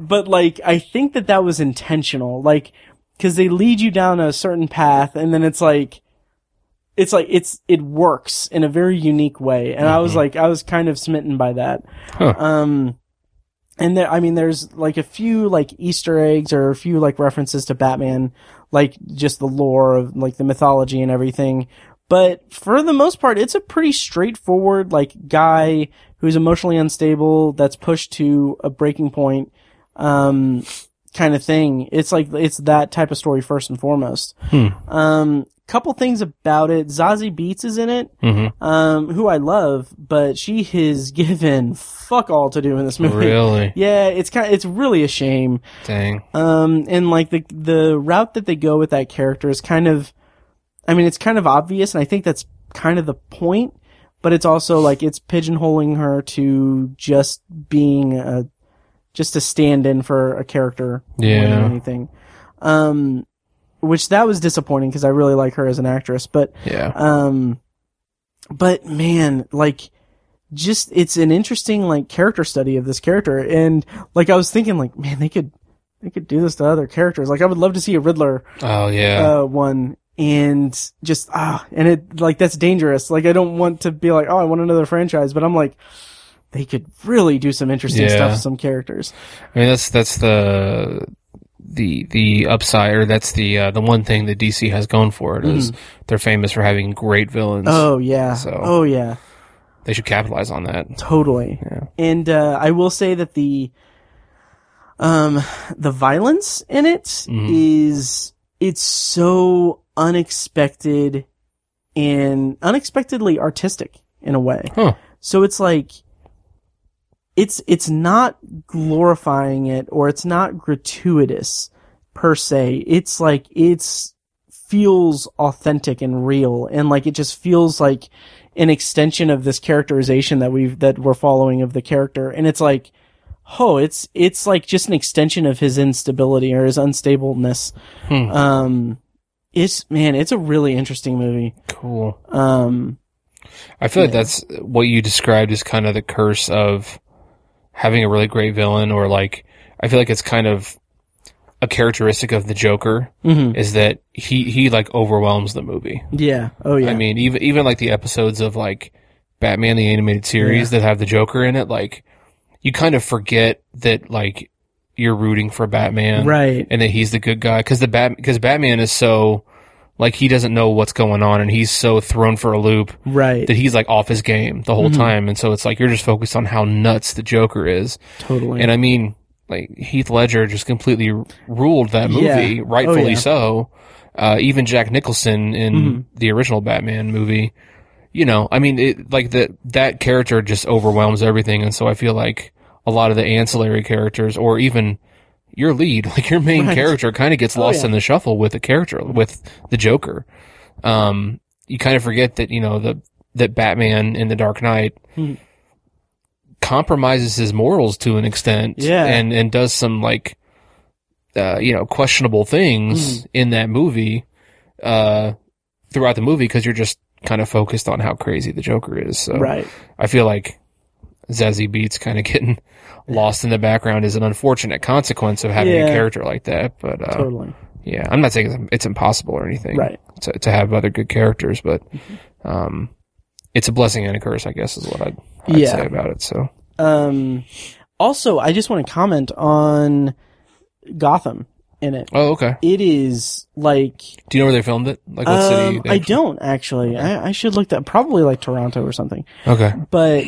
but like, I think that that was intentional. Like, cause they lead you down a certain path and then it's like, it's like, it's, it works in a very unique way. And I was Mhm. like, I was kind of smitten by that. Huh. Um, and there, I mean, there's like a few like Easter eggs or a few like references to Batman, like just the lore of like the mythology and everything. But for the most part, it's a pretty straightforward like guy who's emotionally unstable that's pushed to a breaking point um, kind of thing. It's like it's that type of story first and foremost. Hmm. Um, couple things about it. Zazie Beats is in it, Mm-hmm. um, who I love, but she has given fuck all to do in this movie. Really? Yeah, it's kind. Of, it's really a shame. Dang. Um, and like the the route that they go with that character is kind of, I mean, it's kind of obvious, and I think that's kind of the point. But it's also like it's pigeonholing her to just being a, just a stand-in for a character more Yeah. than anything. Um, which that was disappointing because I really like her as an actress, but Yeah. um, but man, like, just it's an interesting like character study of this character, and like I was thinking, like, man, they could they could do this to other characters. Like, I would love to see a Riddler Oh yeah. uh, one, and just ah, and it like that's dangerous. Like, I don't want to be like, oh, I want another franchise, but I'm like. They could really do some interesting Yeah. stuff with some characters. I mean that's that's the the the upside or that's the uh, the one thing that DC has going for it is they're famous for having great villains. Oh yeah. So- Oh yeah. They should capitalize on that. Totally. Yeah. And uh, I will say that the um the violence in it is Mhm. it's so unexpected and unexpectedly artistic in a way. Huh. So it's like it's it's not glorifying it or it's not gratuitous per se. It's like it's feels authentic and real and like it just feels like an extension of this characterization that we've that we're following of the character and it's like oh it's it's like just an extension of his instability or his unstableness Hmm. um it's man it's a really interesting movie Cool. um I feel like that's what you described is kind of the curse of having a really great villain, or like I feel like it's kind of a characteristic of the Joker mhm. is that he he like overwhelms the movie. yeah oh yeah I mean, even even like the episodes of like Batman the animated series that have the Joker in it, like you kind of forget that like you're rooting for Batman, right and that he's the good guy because the bat because Batman is so like he doesn't know what's going on and he's so thrown for a loop right that he's like off his game the whole Mhm. time and so it's like you're just focused on how nuts the joker is totally and i mean like heath ledger just completely r- ruled that movie Yeah. Oh, rightfully yeah. so uh, even jack nicholson in Mhm. the original batman movie you know i mean it, like that that character just overwhelms everything and so i feel like a lot of the ancillary characters or even your lead like your main Right. character kind of gets Oh, lost yeah. in the shuffle with the character with the joker um, you kind of forget that you know the that Batman in the Dark Knight Mhm. compromises his morals to an extent, Yeah. and and does some like uh, you know questionable things Hmm. in that movie uh, throughout the movie because you're just kind of focused on how crazy the Joker is. So right I feel like Zazie Beats kind of getting lost in the background is an unfortunate consequence of having Yeah. a character like that. But uh, totally yeah, I'm not saying it's, it's impossible or anything right to, to have other good characters, but Mm-hmm. um, it's a blessing and a curse, I guess, is what I'd, I'd Yeah. say about it. So, um also i just want to comment on gotham in it oh, okay. it is like Do you know where they filmed it? Like what city? um, they i actually- don't actually I, I should look that probably like toronto or something Okay. but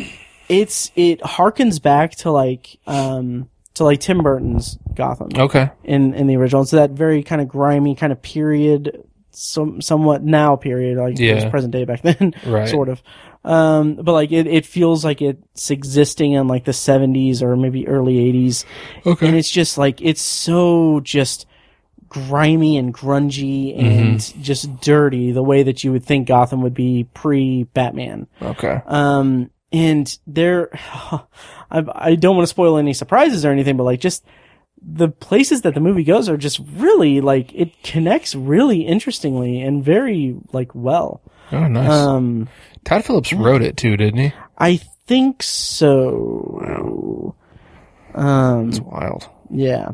it's it harkens back to like um to like tim burton's gotham Okay. in in the original and so that very kind of grimy kind of period some somewhat now period like it was Yeah. present day back then Right. sort of um but like it, it feels like it's existing in like the 70s or maybe early 80s Okay. and it's just like it's so just grimy and grungy and just dirty the way that you would think gotham would be pre batman okay. um, and there, I, I don't want to spoil any surprises or anything, but like just the places that the movie goes are just really like it connects really interestingly and very like well. Oh, nice. Um, Todd Phillips wrote it too, didn't he? I think so. Um, It's wild. yeah.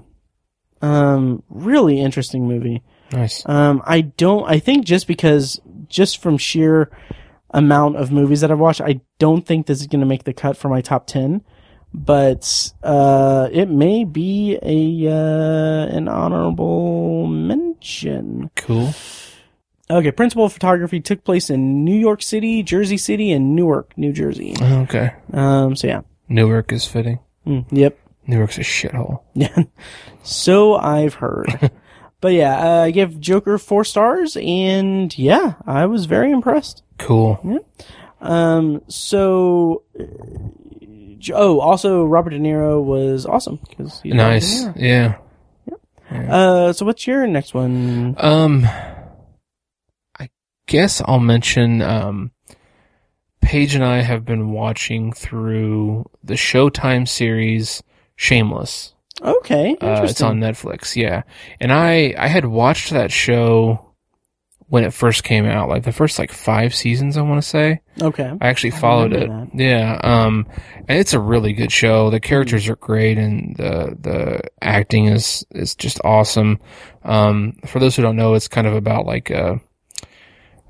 Um, really interesting movie. Nice. Um, I don't. I think just because, just from sheer amount of movies that I've watched, I don't think this is going to make the cut for my top ten. But uh, it may be a uh, an honorable mention. Cool. Okay, principal photography took place in New York City, Jersey City, and Newark, New Jersey. Oh, Okay. Um, so yeah, Newark is fitting. Mm, yep. Newark's a shithole. Yeah, so I've heard. but yeah, uh, I give Joker four stars, and yeah, I was very impressed. Cool. Um, so. uh, J- Oh, also Robert De Niro was awesome. 'cause he's Robert De Nice. Niro. Yeah. Uh, so what's your next one? Um, I guess I'll mention. Um, Paige and I have been watching through the Showtime series Shameless. Okay, Uh, it's interesting. on Netflix. Yeah, and I I had watched that show when it first came out, like the first like five seasons, I want to say. okay, I actually I followed it. remember Yeah, um, and it's a really good show. The characters are great, and the the acting is is just awesome. Um, for those who don't know, it's kind of about like a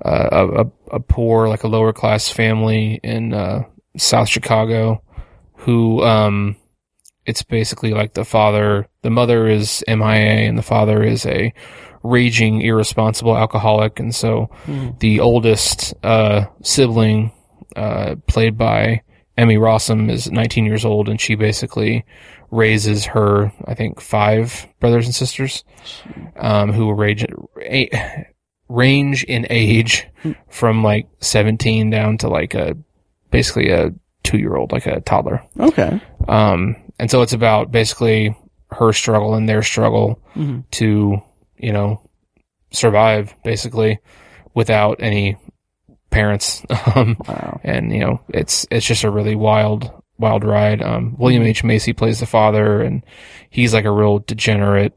a, a, a poor, like a lower class family in uh, South Chicago, who um, it's basically like the father, the mother is MIA, and the father is a raging irresponsible alcoholic, and so Mm. the oldest uh, sibling, uh, played by Emmy Rossum, is 19 years old, and she basically raises her, I think, five brothers and sisters, um, who range a, range in age from like 17 down to like a basically a two year old, like a toddler. okay. Um, and so it's about basically her struggle and their struggle Mhm. to you know survive basically without any parents um Wow. and you know it's it's just a really wild wild ride um william h macy plays the father and he's like a real degenerate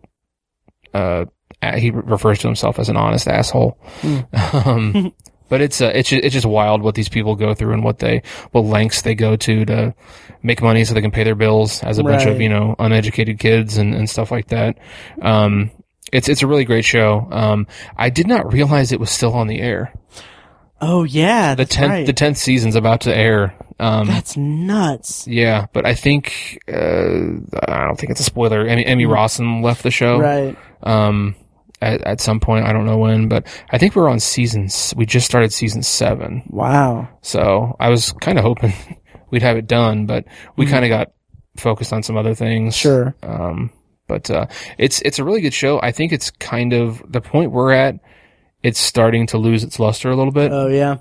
uh a- he refers to himself as an honest asshole um but it's uh, it's ju- it's just wild what these people go through and what they what lengths they go to to make money so they can pay their bills as a bunch Right. of you know uneducated kids and and stuff like that um it's it's a really great show um i did not realize it was still on the air Oh yeah, the that's tenth right. the tenth season's about to air. Um, that's nuts. yeah, but I think uh, I don't think it's a spoiler. Emmy, Emmy Rossum left the show. Mm. Right. Um, at, at some point, I don't know when, but I think we're on seasons. We just started season seven, Wow. so I was kind of hoping we'd have it done, but we kind of got focused on some other things. Mm. Sure. Um, but uh, it's it's a really good show. I think it's kind of the point we're at. It's starting to lose its luster a little bit. Oh yeah.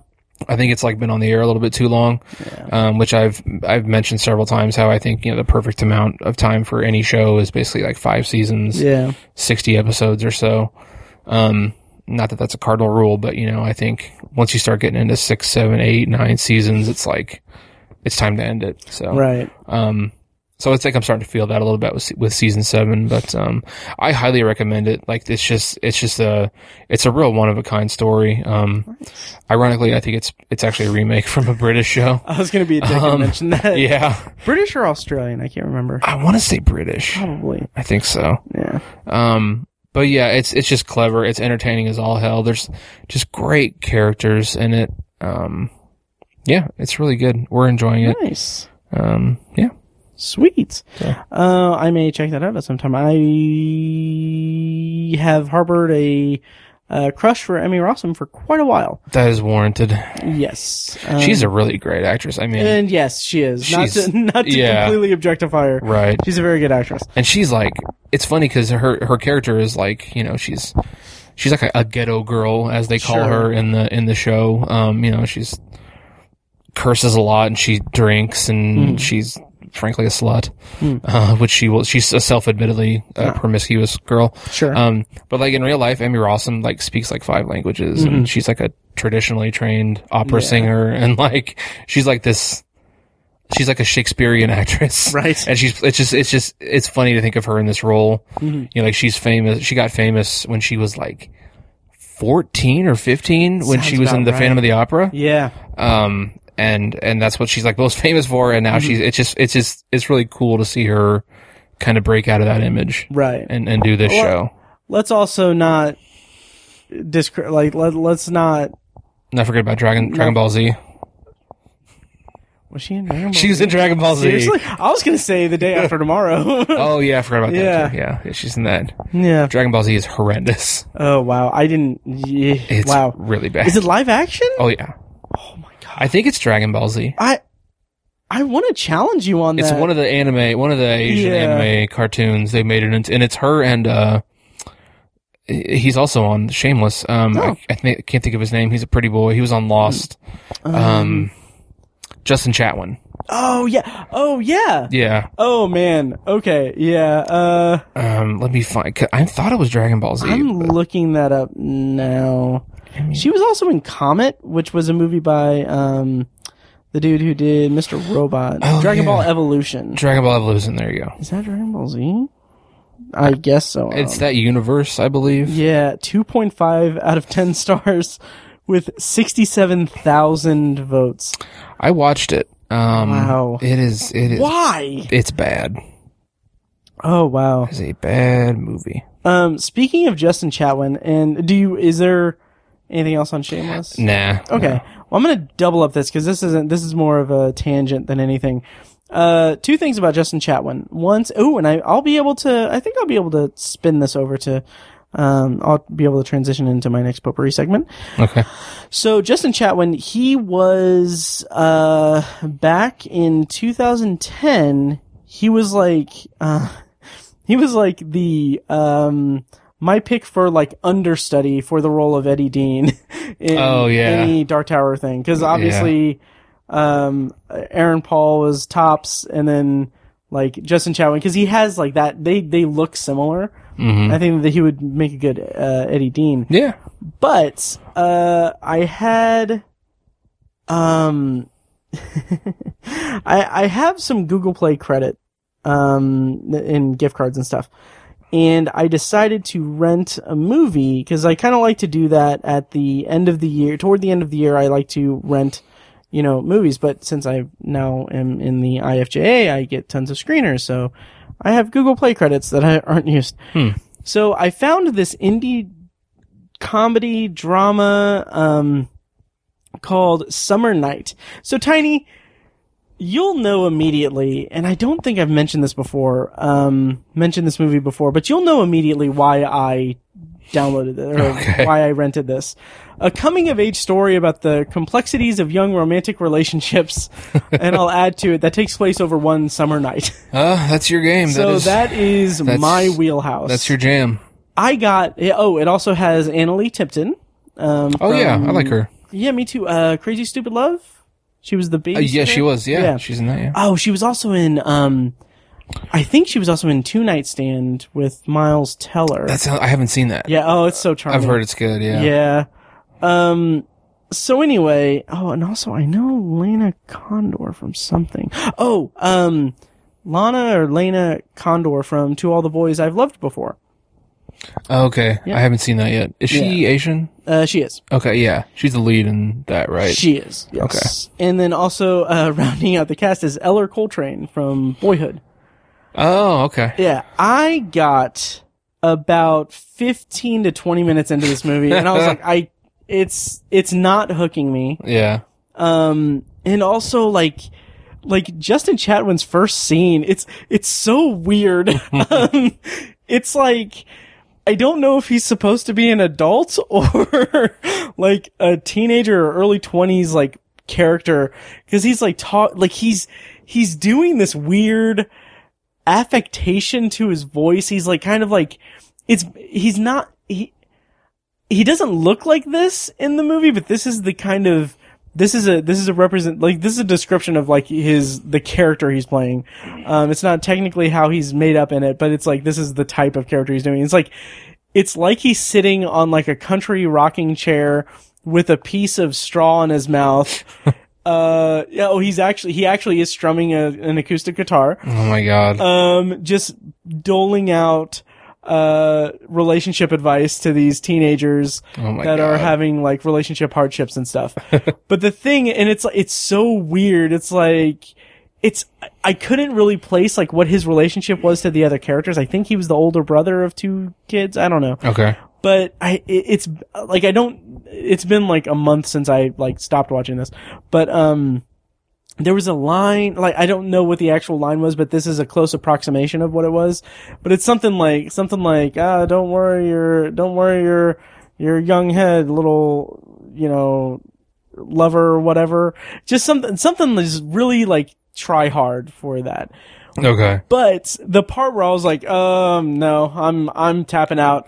I think it's like been on the air a little bit too long, um, which I've I've mentioned several times how I think you know the perfect amount of time for any show is basically like five seasons, Yeah. sixty episodes or so. Um, not that that's a cardinal rule, but you know I think once you start getting into six, seven, eight, nine seasons, it's like it's time to end it. So Right. um, so I think I'm starting to feel that a little bit with, with season seven, but um, I highly recommend it. Like it's just it's just a it's a real one of a kind story. Um, ironically, I think it's it's actually a remake from a British show. I was gonna be a dick and Um, mention that. Yeah, British or Australian? I can't remember. I want to say British. Probably. I think so. Yeah. Um, but yeah, it's it's just clever. It's entertaining as all hell. There's just great characters in it. Um, yeah, it's really good. We're enjoying it. Nice. Um, yeah. Sweet. Yeah. Uh, I may check that out at some time. I have harbored a uh, crush for Emmy Rossum for quite a while. That is warranted. Yes. Um, uh, She's a really great actress. I mean, And yes, she is. Not She's- to, not to yeah. completely objectify her. right. She's a very good actress. and she's like it's funny because her her character is like you know she's she's like a, a ghetto girl as they call Sure. her in the in the show um you know she's curses a lot and she drinks Hmm. and she's frankly a slut uh, which she will she's a self-admittedly uh, promiscuous girl Sure. um but like in real life emmy rossum like speaks like five languages and she's like a traditionally trained opera Mm-hmm. Yeah. singer and like she's like this she's like a shakespearean actress Right. and she's it's just it's just it's funny to think of her in this role. Mm-hmm. You know, like she's famous. She got famous when she was like fourteen or fifteen when Sounds she was in about the Phantom right. of the Opera. yeah. Um, and and that's what she's like most famous for. And Mm-hmm. now she's it's just it's just it's really cool to see her kind of break out of that image Right. and and do this Well, show. Let's also not discre- like let, let's not Not forget about Dragon Dragon Ball Z. was she in Dragon Ball? She was in Dragon Ball Z. Seriously? I was gonna say the day after tomorrow. Oh yeah, I forgot about Yeah. that. Too. Yeah, yeah, she's in that. yeah. Dragon Ball Z is horrendous. Oh wow. I didn't. Yeah. It's wow. really bad. Is it live action? oh yeah, Oh my god. I think it's Dragon Ball Z. I I want to challenge you on It's that. one of the anime, one of the Asian Yeah. anime cartoons they made it, into, and it's her and uh, he- he's also on Shameless. Um, Oh. I, I think, can't think of his name. He's a pretty boy. He was on Lost. Um, Justin Chatwin. Uh-huh. oh yeah. Oh yeah. Yeah. Oh man. Okay. Yeah. Uh, Um, let me find. 'cause I thought it was Dragon Ball Z. I'm looking that up now. She was also in Comet, which was a movie by um, the dude who did Mr. Robot, Oh, Dragon yeah. Ball Evolution. Dragon Ball Evolution. There you go. Is that Dragon Ball Z? I guess so. It's that universe, I believe. Um, Yeah, 2.5 out of 10 stars with 67,000 votes. I watched it. Um, Wow. It is. It is. Why? It's bad. Oh wow. It's a bad movie. Um speaking of Justin Chatwin and do you is there anything else on Shameless? Nah. Okay. Well, I'm going to double up this cuz this isn't this is more of a tangent than anything. Uh two things about Justin Chatwin. One's oh and I I'll be able to I think I'll be able to spin this over to um I'll be able to transition into my next potpourri segment. Okay. So Justin Chatwin, he was uh, back in 2010. He was like, uh, he was like the um, my pick for like understudy for the role of Eddie Dean in Oh, yeah. any Dark Tower thing because obviously um, Aaron Paul was tops, and then like Justin Chatwin because he has like that they they look similar. I think that he would make a good uh, Eddie Dean Mm-hmm. Yeah. but uh, I had um I I have some Google Play credit um in gift cards and stuff. And I decided to rent a movie because I kind of like to do that at the end of the year. Toward the end of the year, I like to rent, you know, movies. But since I now am in the IFJA, I get tons of screeners. So I have Google Play credits that I aren't used. So I found this indie comedy drama um, called Summer Night. So, Tiny, you'll know immediately, and I don't think I've mentioned this before, um, mentioned this movie before, but you'll know immediately why I downloaded it or Okay. why I rented this. A coming of age story about the complexities of young romantic relationships, and I'll add to it that takes place over one summer night. Uh, that's your game. so, that is, that is that's- my wheelhouse. that's your jam. I got yeah, oh, it also has Annalie Tipton. Um, Oh yeah, from- I like her. Yeah, me too. Uh, Crazy Stupid Love. She was the baby. Uh, yeah, she was. Yeah, Ah, Yeah. she's in that. Yeah. Oh, she was also in. Um, I think she was also in Two Night Stand with Miles Teller. That's how, I haven't seen that. yeah. Oh, it's so charming. I've heard it's good. Yeah. Yeah. Um. So anyway, oh, and also I know Lena Condor from something. Oh, um, Lana or Lena Condor from To All the Boys I've Loved Before. Oh, Okay, I haven't seen that yet. Is she Asian? Uh, she is. Okay, yeah, she's the lead in that, right? She is. Yes. Okay. And then also uh, rounding out the cast is Eller Coltrane from Boyhood. oh, okay. Yeah, I got about 15 to 20 minutes into this movie and I was like I it's it's not hooking me. Yeah. Um and also like like Justin Chatwin's first scene, it's it's so weird. um, it's like I don't know if he's supposed to be an adult or like a teenager or early 20s like character cuz he's like talk like he's he's doing this weird affectation to his voice. He's like kind of like it's he's not he he doesn't look like this in the movie, but this is the kind of this is a this is a represent like this is a description of like his the character he's playing. Um, it's not technically how he's made up in it, but it's like this is the type of character he's doing. It's like it's like he's sitting on like a country rocking chair with a piece of straw in his mouth. uh, yeah, oh, he's actually he actually is strumming a, an acoustic guitar Oh my god. um, just doling out uh, relationship advice to these teenagers oh my that uh, are god. having like relationship hardships and stuff. but the thing, and it's it's so weird. It's like it's I couldn't really place like what his relationship was to the other characters. I think he was the older brother of two kids. I don't know okay. but I it, it's like I don't. It's been like a month since I like stopped watching this, but um, there was a line like I don't know what the actual line was, but this is a close approximation of what it was. But it's something like something like ah, don't worry your don't worry your your young head, little you know lover, or whatever. Just something something that's really like try hard for that. Okay. But the part where I was like, um, no, I'm I'm tapping out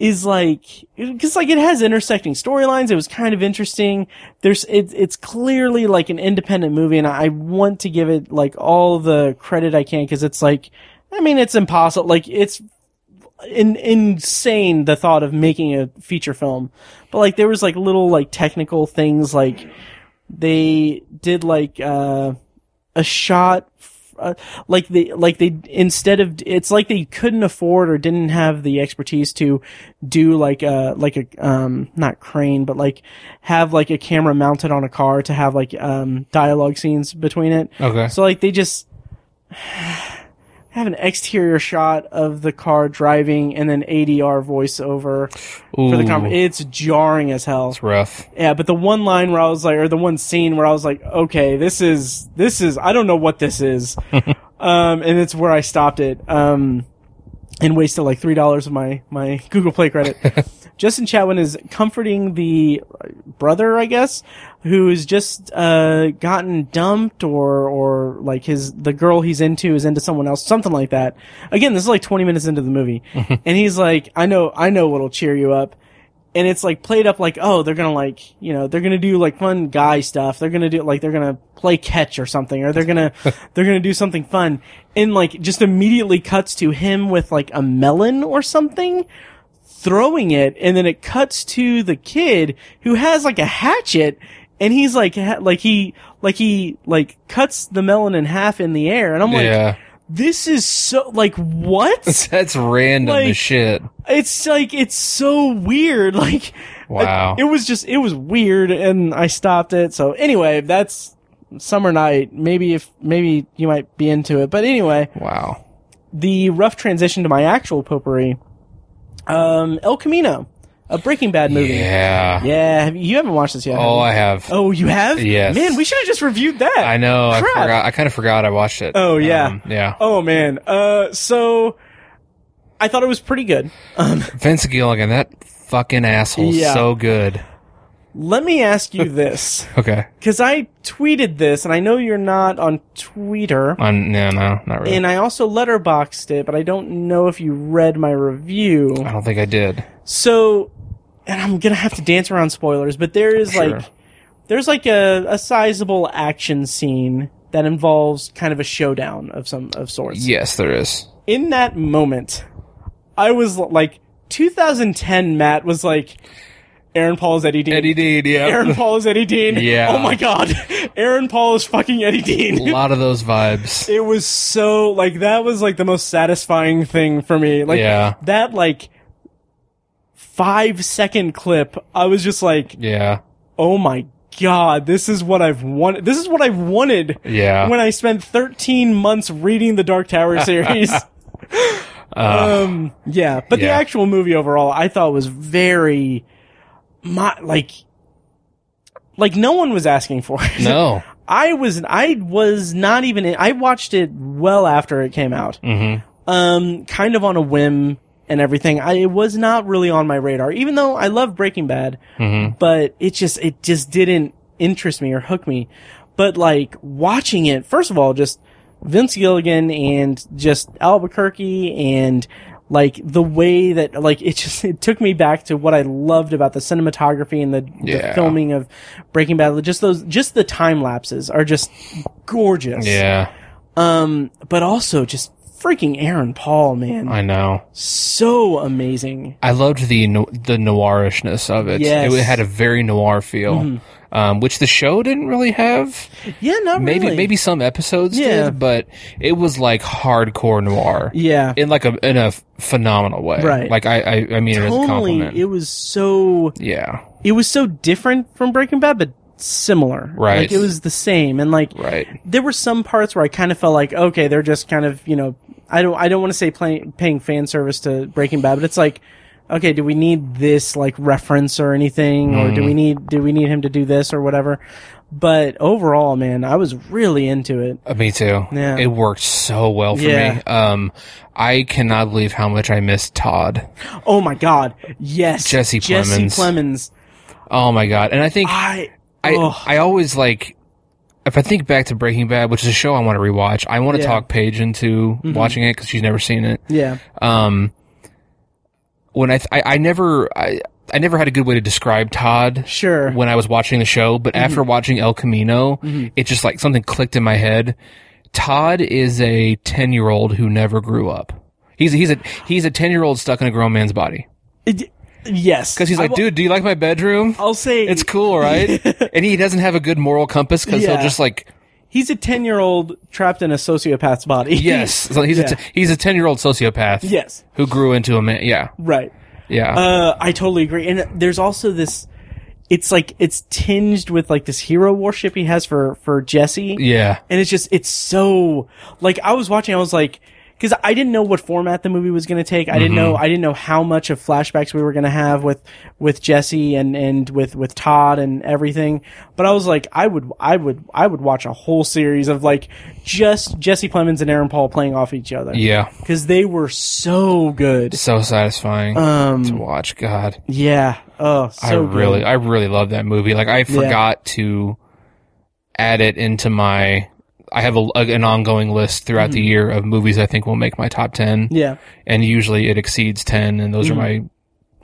is like because like it has intersecting storylines. It was kind of interesting. There's it's it's clearly like an independent movie, and I want to give it like all the credit I can because it's like, I mean, it's impossible. Like it's in, insane the thought of making a feature film, but like there was like little like technical things like they did like uh a shot f- uh, like they like they instead of it's like they couldn't afford or didn't have the expertise to do like a like a um not crane but like have like a camera mounted on a car to have like um dialogue scenes between it Okay. so like they just have an exterior shot of the car driving and then ADR voiceover Ooh, for the com- it's jarring as hell it's rough. yeah, but the one line where I was like, or the one scene where I was like, okay, this is, this is, I don't know what this is. um, and it's where I stopped it. Um, and wasted like $3 of my, my Google Play credit. Justin Chatwin is comforting the brother, I guess, who has just, uh, gotten dumped or, or like his, the girl he's into is into someone else, something like that. Again, this is like 20 minutes into the movie. and he's like, I know, I know what'll cheer you up and it's like played up like oh they're gonna like you know they're gonna do like fun guy stuff they're gonna do like they're gonna play catch or something or they're gonna they're gonna do something fun and like just immediately cuts to him with like a melon or something throwing it and then it cuts to the kid who has like a hatchet and he's like ha- like he like he like cuts the melon in half in the air and i'm like yeah. this is so like what That's random Like- as shit. it's like it's so weird like Wow. it, it was just it was weird and i stopped it so anyway that's summer night maybe if maybe you might be into it but anyway wow. the rough transition to my actual potpourri um el camino a breaking bad movie Yeah. Yeah, have- you haven't watched this yet have Oh, you? I have. oh you have Yes. man we should have just reviewed that I know. I Crap. forgot. I kind of forgot I watched it. Oh, yeah. Um, yeah. oh man uh so i thought it was pretty good Vince Gilligan, that fucking asshole's Yeah. so good. let me ask you this Okay. because I tweeted this, and I know you're not on Twitter, I'm, no, no, not really. and I also letterboxed it, but I don't know if you read my review. I don't think I did. So, and I'm gonna have to dance around spoilers, but there is Sure. like, there's like a, a sizable action scene that involves kind of a showdown of some of sorts. Yes, there is. In that moment, I was l- like, 2010 Matt was like, Aaron Paul is Eddie Dean. Eddie Dean, yeah. Aaron Paul is Eddie Dean. Yeah. Oh my god. Aaron Paul is fucking Eddie Dean. a lot of those vibes. it was so like that was like the most satisfying thing for me like Yeah. that like five second clip i was just like Yeah. oh my god this is what i've wanted this is what i wanted Yeah. when i spent 13 months reading the dark tower series Uh, um yeah but the yeah. actual movie overall i thought was very my like like no one was asking for it no. I was I was not even I watched it well after it came out. Mhm. Um kind of on a whim and everything. I it was not really on my radar even though I love Breaking Bad, Mhm. but it just it just didn't interest me or hook me. But like watching it first of all just Vince Gilligan and just Albuquerque and like the way that like it just it took me back to what I loved about the cinematography and the, the Yeah. filming of Breaking Bad. Just those just the time lapses are just gorgeous. Yeah. Um but also just freaking Aaron Paul, man. I know. so amazing. I loved the no- the noirishness of it. Yes. Mm-hmm. It had a very noir feel, um, which the show didn't really have. Yeah, not Maybe really. maybe some episodes Yeah. did, but it was like hardcore noir Yeah. in like a in a phenomenal way. Right. Like I I, I mean it as a Only compliment. it was so yeah. it was so different from Breaking Bad, but similar. Right. Like it was the same. And like Right. there were some parts where I kind of felt like, okay, they're just kind of, you know, I don't, I don't want to say play, paying fan service to Breaking Bad, but it's like, okay, do we need this like reference or anything, or do Mm. we need, do we need him to do this or whatever? But overall, man, I was really into it. Uh, Me too. Yeah. It worked so well for Yeah. me. Um, I cannot believe how much I missed Todd. Oh my god, yes, Jesse Jesse Plemons. Plemons. Oh my god! And I think I, I ugh. I always like if I think back to Breaking Bad, which is a show I want to rewatch, I want to Yeah. Mm-hmm. talk Paige into watching it because she's never seen it. Yeah. Um, when I, th- I I never I I never had a good way to describe Todd Sure. when I was watching the show, but after Mm-hmm. watching El Camino, it just like something clicked in my head. Todd is a ten year old who never grew up. He's he's a he's a ten year old stuck in a grown man's body It- yes. because he's like, dude, do you like my bedroom? I'll say It's cool, right? and he doesn't have a good moral compass because Yeah. he'll just like he's a 10 year old trapped in a sociopath's body. yes, so he's Yeah. a t- he's a ten year old sociopath. yes. who grew into a man. Yeah, Right. yeah. Uh, I totally agree. And there's also this, it's like, it's tinged with like this hero worship he has for, for Jesse. yeah. And it's just, it's so, like, I was watching, I was like, cause I didn't know what format the movie was going to take. I didn't Mm-hmm. know, I didn't know how much of flashbacks we were going to have with, with Jesse and, and with, with Todd and everything. But I was like, I would, I would, I would watch a whole series of like just Jesse Plemons and Aaron Paul playing off each other. Yeah. Cause they were so good. So satisfying um, to watch. God. Yeah. Oh, so I really I really love that movie. Like I forgot to add it into my I have a, a- an ongoing list throughout the year of movies I think will make my top 10 good. Mm-hmm. Yeah. Mm. and usually it exceeds 10 and those are my honorable,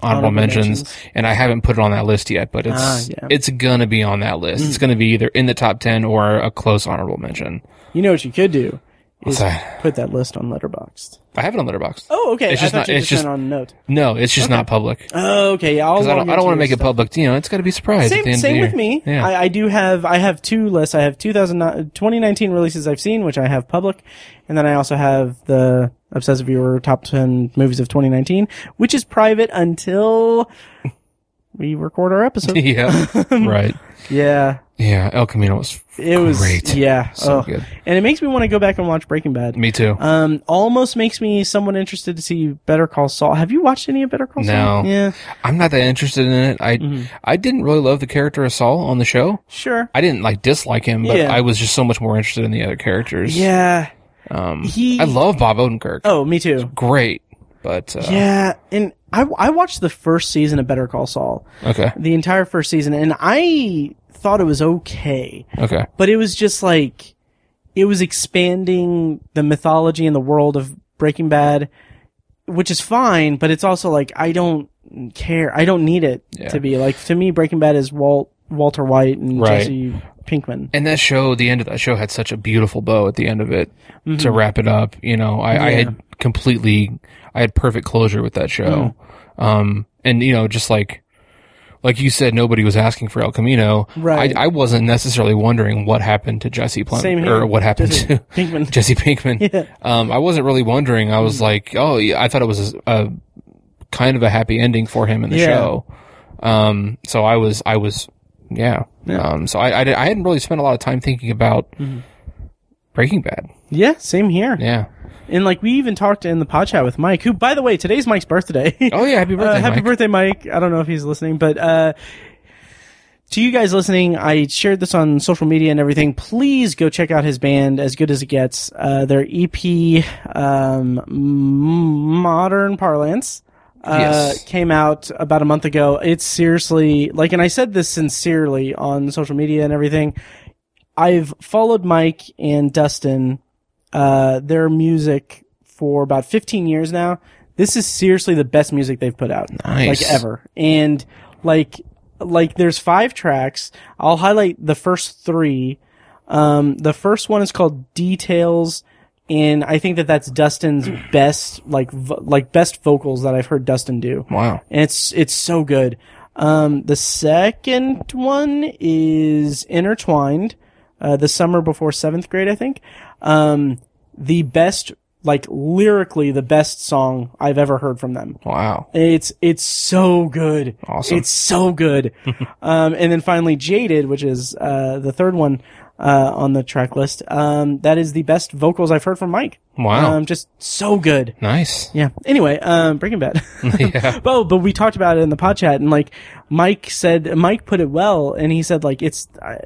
Honorable mentions. mentions. and I haven't put it on that list yet, but it's Ah, yeah. Mm. it's going to be on that list. It's going to be either in the top 10 or a close honorable mention. You know what you could do is What's that? put that list on Letterboxd. I have it on Letterboxd. Oh, okay. I It's just thought not- you it's just, just- meant on note. No, it's just not public. Oh, okay. Yeah, I'll Because I don't, log I don't into want your to make it stuff. public. You know, it's got to be a surprise at the Same, end same of with the year. me. Yeah. I, I do have I have two lists. I have 2009, 2019 releases I've seen, which I have public, and then I also have the Obsessive Viewer Top 10 Movies of 2019, which is private until we record our episode. yeah. right. yeah, Yeah. El Camino was. it was Great. yeah, So oh. good. and it makes me want to go back and watch Breaking Bad. Me too. Um, almost makes me somewhat interested to see Better Call Saul. Have you watched any of Better Call Saul? No. Yeah, I'm not that interested in it. I Mm-hmm. I didn't really love the character of Saul on the show. sure. I didn't like dislike him, but Yeah. I was just so much more interested in the other characters. Yeah. Um, He- I love Bob Odenkirk. Oh, me too. Great. But uh, Yeah, and I I watched the first season of Better Call Saul, okay. the entire first season, and I thought it was okay, Okay. but it was just like it was expanding the mythology and the world of Breaking Bad, which is fine, but it's also like I don't care. I don't need it Yeah. to be like to me. Breaking Bad is Walt Walter White and Right. Jesse Pinkman. And that show, the end of that show had such a beautiful bow at the end of it to wrap it up. You know, I, I Mm-hmm. Yeah. had completely, I had perfect closure with that show. Mm. Um, and you know, just like, like you said, nobody was asking for El Camino. Right. I, I wasn't necessarily wondering what happened to Jesse Plum Same here. or what happened Jesse to Pinkman. Jesse Pinkman. Yeah. Mm-hmm. Um, I wasn't really wondering. I was like, oh, yeah, I thought it was a, a kind of a happy ending for him in the Yeah. show. Um, so I was, I was, yeah. Um, so I, I, di- I hadn't really spent a lot of time thinking about Mm-hmm. Breaking Bad. Yeah, same here. Yeah. And like we even talked in the pod chat with Mike, who by the way, today's Mike's birthday. Oh yeah. Happy birthday, uh, happy Mike. birthday, Mike. I don't know if he's listening, but uh, to you guys listening, I shared this on social media and everything. Please go check out his band, As Good as It Gets. Uh, their EP, um, M- Modern Parlance. Uh, Yes. came out about a month ago. It's seriously like, and I said this sincerely on social media and everything. I've followed Mike and Dustin, uh, their music for about 15 years now. This is seriously the best music they've put out, Nice. like ever. And like, like there's five tracks. I'll highlight the first three. Um, the first one is called Details, and I think that that's Dustin's best, like, vo- like best vocals that I've heard Dustin do Wow. and it's it's so good. Um, the second one is intertwined. Uh, the summer before seventh grade, I think. Um, the best, like lyrically, the best song I've ever heard from them. Wow. It's it's so good. Awesome. It's so good. um, and then finally, Jaded, which is uh, the third one uh, on the track list. Um, that is the best vocals I've heard from Mike. Wow. Um, just so good. nice. Yeah. Anyway, um, Breaking Bad. yeah. Well, but we talked about it in the pod chat, and like Mike said, Mike put it well, and he said like it's I,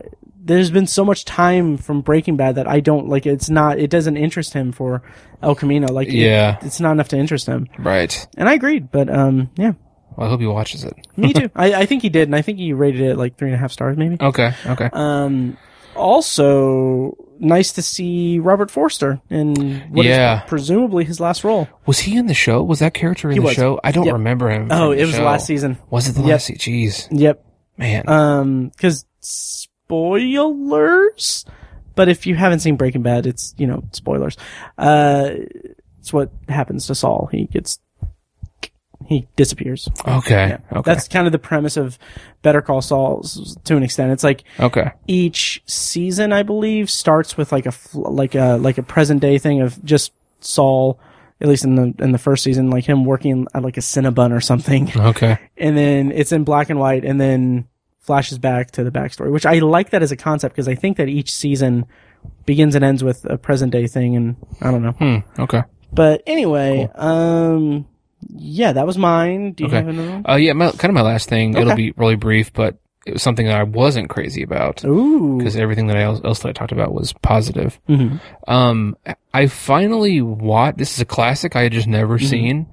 there's been so much time from Breaking Bad that I don't like it's not it doesn't interest him for El Camino like it- Yeah. it's not enough to interest him, Right. and I agreed, but um yeah, Well, I hope he watches it. me too. I, I think he did, and I think he rated it like three and a half stars maybe. Okay. Okay. Um, also nice to see Robert Forster in what is Yeah. presumably his last role. Was he in the show? Was that character in He the was. show? I don't Yep. remember him. Oh, in the it was show. last season. Was it the Yep. last season? Jeez, Yep. man. Um, because spoilers. But if you haven't seen Breaking Bad, it's you know spoilers. Uh, it's what happens to Saul. He gets he disappears. okay, okay, That's kind of the premise of Better Call Saul s- to an extent. It's like okay. each season, I believe, starts with like a fl- like a like a present day thing of just Saul. At least in the in the first season, like him working at like a Cinnabon or something, Okay. and then it's in black and white and then flashes back to the backstory which i like that as a concept because i think that each season begins and ends with a present day thing and i don't know Hmm. Okay. but anyway um yeah that was mine do you Okay. have another one Uh, yeah. My, kind of my last thing. It'll Okay. be really brief, but it was something that I wasn't crazy about ooh because everything that I else, else that I talked about was positive. Mhm. Um, I finally watched. This is a classic I had just never Mm-hmm. seen.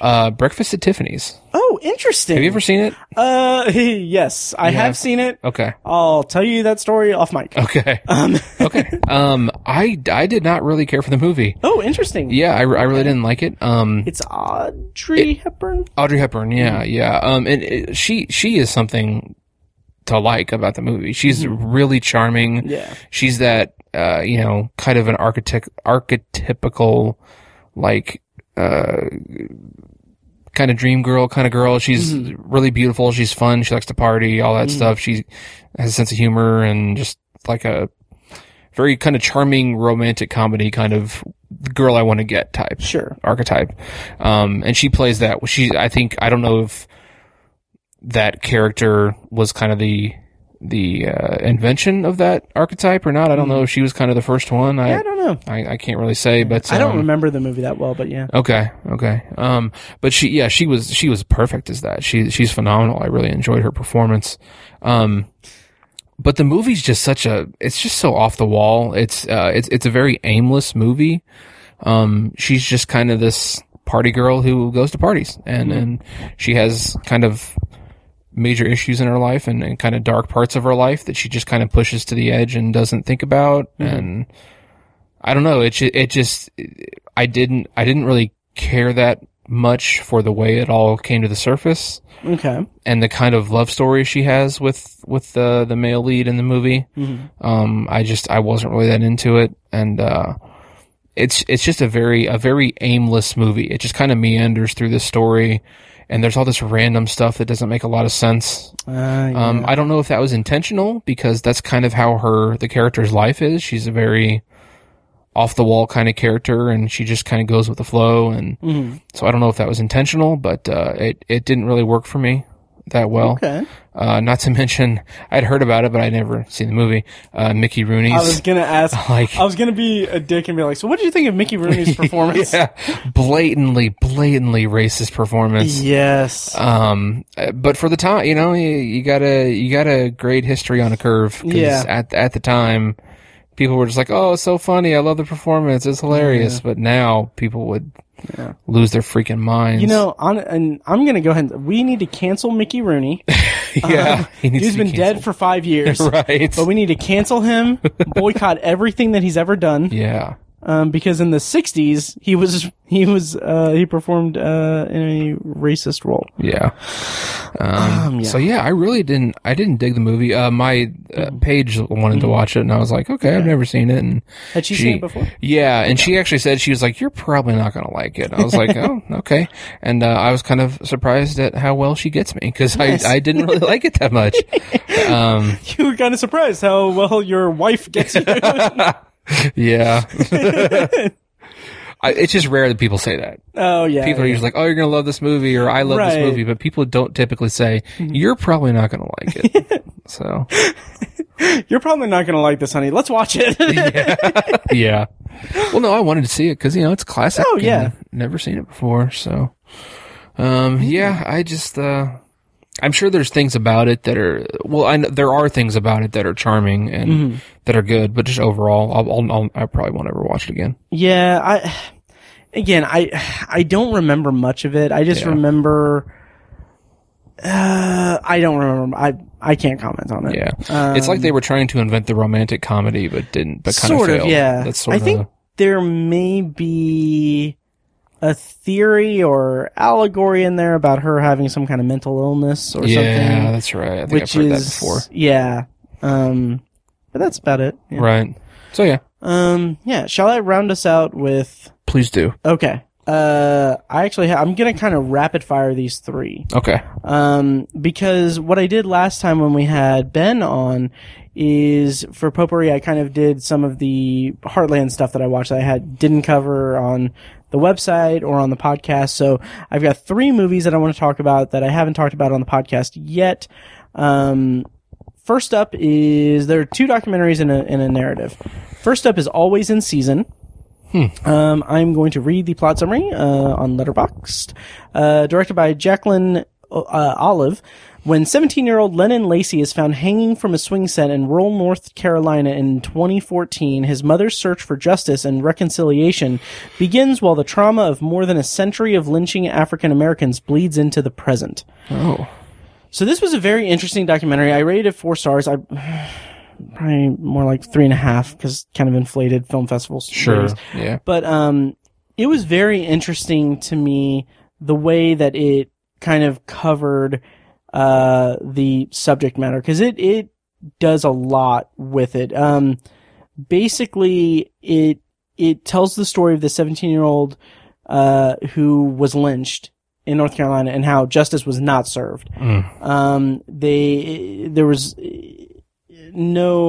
Uh, Breakfast at Tiffany's. oh interesting Have you ever seen it? uh yes i have have? seen it Okay. i'll tell you that story off mic Okay. um Okay. um, I I did not really care for the movie. oh interesting Yeah, I, I really didn't like it. Um, it's audrey hepburn Audrey Hepburn, yeah, Mm-hmm. yeah. Um, and it, she she is something to like about the movie. She's Mm-hmm. really charming. yeah She's that uh, you know, kind of an architect archetypical like uh kind of dream girl kind of girl. She's really beautiful, she's fun, she likes to party, all that stuff. She has a sense of humor and just like a very kind of charming romantic comedy kind of girl I want to get type sure archetype. Um, and she plays that. She, I think, I don't know if that character was kind of the the uh, invention of that archetype or not. I don't know if she was kind of the first one. I Hmm. yeah i don't know I, I can't really say, but i don't um, remember the movie that well but yeah Okay, okay. Um, but she, yeah, she was she was perfect as that. She she's phenomenal. I really enjoyed her performance. Um, but the movie's just such a it's just so off the wall. It's uh it's it's a very aimless movie. Um, she's just kind of this party girl who goes to parties and and she has kind of major issues in her life and, and kind of dark parts of her life that she just kind of pushes to the edge and doesn't think about and I don't know it ju- it just I didn't I didn't really care that much for the way it all came to the surface okay and the kind of love story she has with with the the male lead in the movie. Mhm. Um, I just I wasn't really that into it, and uh, it's it's just a very a very aimless movie. It just kind of meanders through the story, and there's all this random stuff that doesn't make a lot of sense. Uh, yeah. Um, I don't know if that was intentional because that's kind of how her the character's life is. She's a very off the wall kind of character, and she just kind of goes with the flow. And Mhm. so I don't know if that was intentional, but uh, it it didn't really work for me that well. okay Uh, not to mention, I'd heard about it, but I'd never seen the movie. Uh, Mickey Rooney's. I was gonna ask. Like- I was gonna be a dick and be like, "So, what did you think of Mickey Rooney's performance?" yeah, blatantly, blatantly racist performance. Yes. Um, uh, but for the time, you know, you, you gotta, you gotta grade history on a curve. 'cause Yeah. At, at the time, people were just like, oh, it's so funny. I love the performance. It's hilarious. But now people would Yeah. lose their freaking minds. you know, on, and I'm gonna go ahead. and We need to cancel Mickey Rooney. yeah. he needs Dude's to be uh, been dead for five years, canceled. Right. but we need to cancel him. Boycott everything that he's ever done, yeah. um, because in the '60s he was he was uh, he performed uh, in a racist role. Yeah. Um, Um, yeah. So yeah, I really didn't. I didn't dig the movie. Uh, my uh, Mm-hmm. page wanted to watch it, and I was like, okay, I've never seen it. And Had she, seen it before? Yeah, and she actually said she was like, you're probably not gonna like it. I was like, oh, okay. And uh, I was kind of surprised at how well she gets me because Nice. I I didn't really like it that much. Um, You were kind of surprised how well your wife gets you. yeah. I, it's just rare that people say that. oh yeah. People are yeah. usually like, "Oh, you're gonna love this movie," or "I love Right. Mm-hmm. this movie," but people don't typically say, "You're probably not gonna like it." so You're probably not gonna like this, honey. Let's watch it. yeah. Well, no, I wanted to see it because you know it's classic. Oh, and yeah. never seen it before. So, um, yeah, I just, uh, I'm sure there's things about it that are well, I know, there are things about it that are charming and Mm-hmm. that are good, but just overall, I'll, I'll, I'll I probably won't ever watch it again. Yeah, I again, I I don't remember much of it. I just remember Uh, I don't remember. I I can't comment on it. Yeah, it's like Um, they were trying to invent the romantic comedy, but didn't. But kind sort of of, failed. yeah. That's sort I of think there may be a theory or allegory in there about her having some kind of mental illness or yeah, something, that's right. I think which I've heard is that before. yeah. Um, but that's about it. Yeah. Right. So yeah, Um, yeah. Shall I round us out with? please do. Okay. Uh, I actually ha- I'm gonna kind of rapid fire these three. Okay. Um, because what I did last time when we had Ben on is for potpourri, I kind of did some of the Heartland stuff that I watched that I had didn't cover on the website or on the podcast. So I've got three movies that I want to talk about that I haven't talked about on the podcast yet. Um, first up is there are two documentaries and a, and a narrative. First up is Always in Season. Um, I'm going to read the plot summary uh, on Letterboxd, uh, directed by Jacqueline uh, Olive. When 17-year-old Lennon Lacey is found hanging from a swing set in rural North Carolina in 2014, his mother's search for justice and reconciliation begins while the trauma of more than a century of lynching African Americans bleeds into the present. Oh, So this was a very interesting documentary. I rated it four stars. I probably more like three and a half because kind of inflated film festivals. sure. Yeah. But um, it was very interesting to me the way that it kind of covered uh, the subject matter because it it does a lot with it. Um, basically, it it tells the story of the 17 year old uh, who was lynched in North Carolina and how justice was not served Mm. um they there was no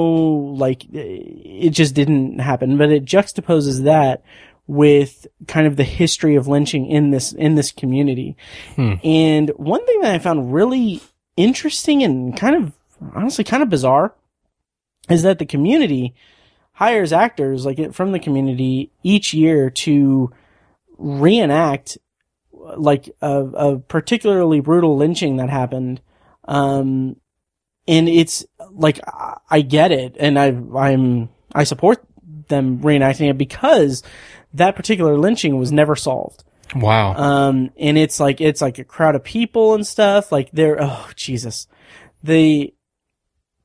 like it just didn't happen but it juxtaposes that with kind of the history of lynching in this in this community Hmm. and one thing that i found really interesting and kind of honestly kind of bizarre is that the community hires actors like it- from the community each year to reenact like a, a particularly brutal lynching that happened um and it's like i, I get it and i i'm i support them reenacting it because that particular lynching was never solved Wow. um, and it's like it's like a crowd of people and stuff. Like there, oh Jesus, the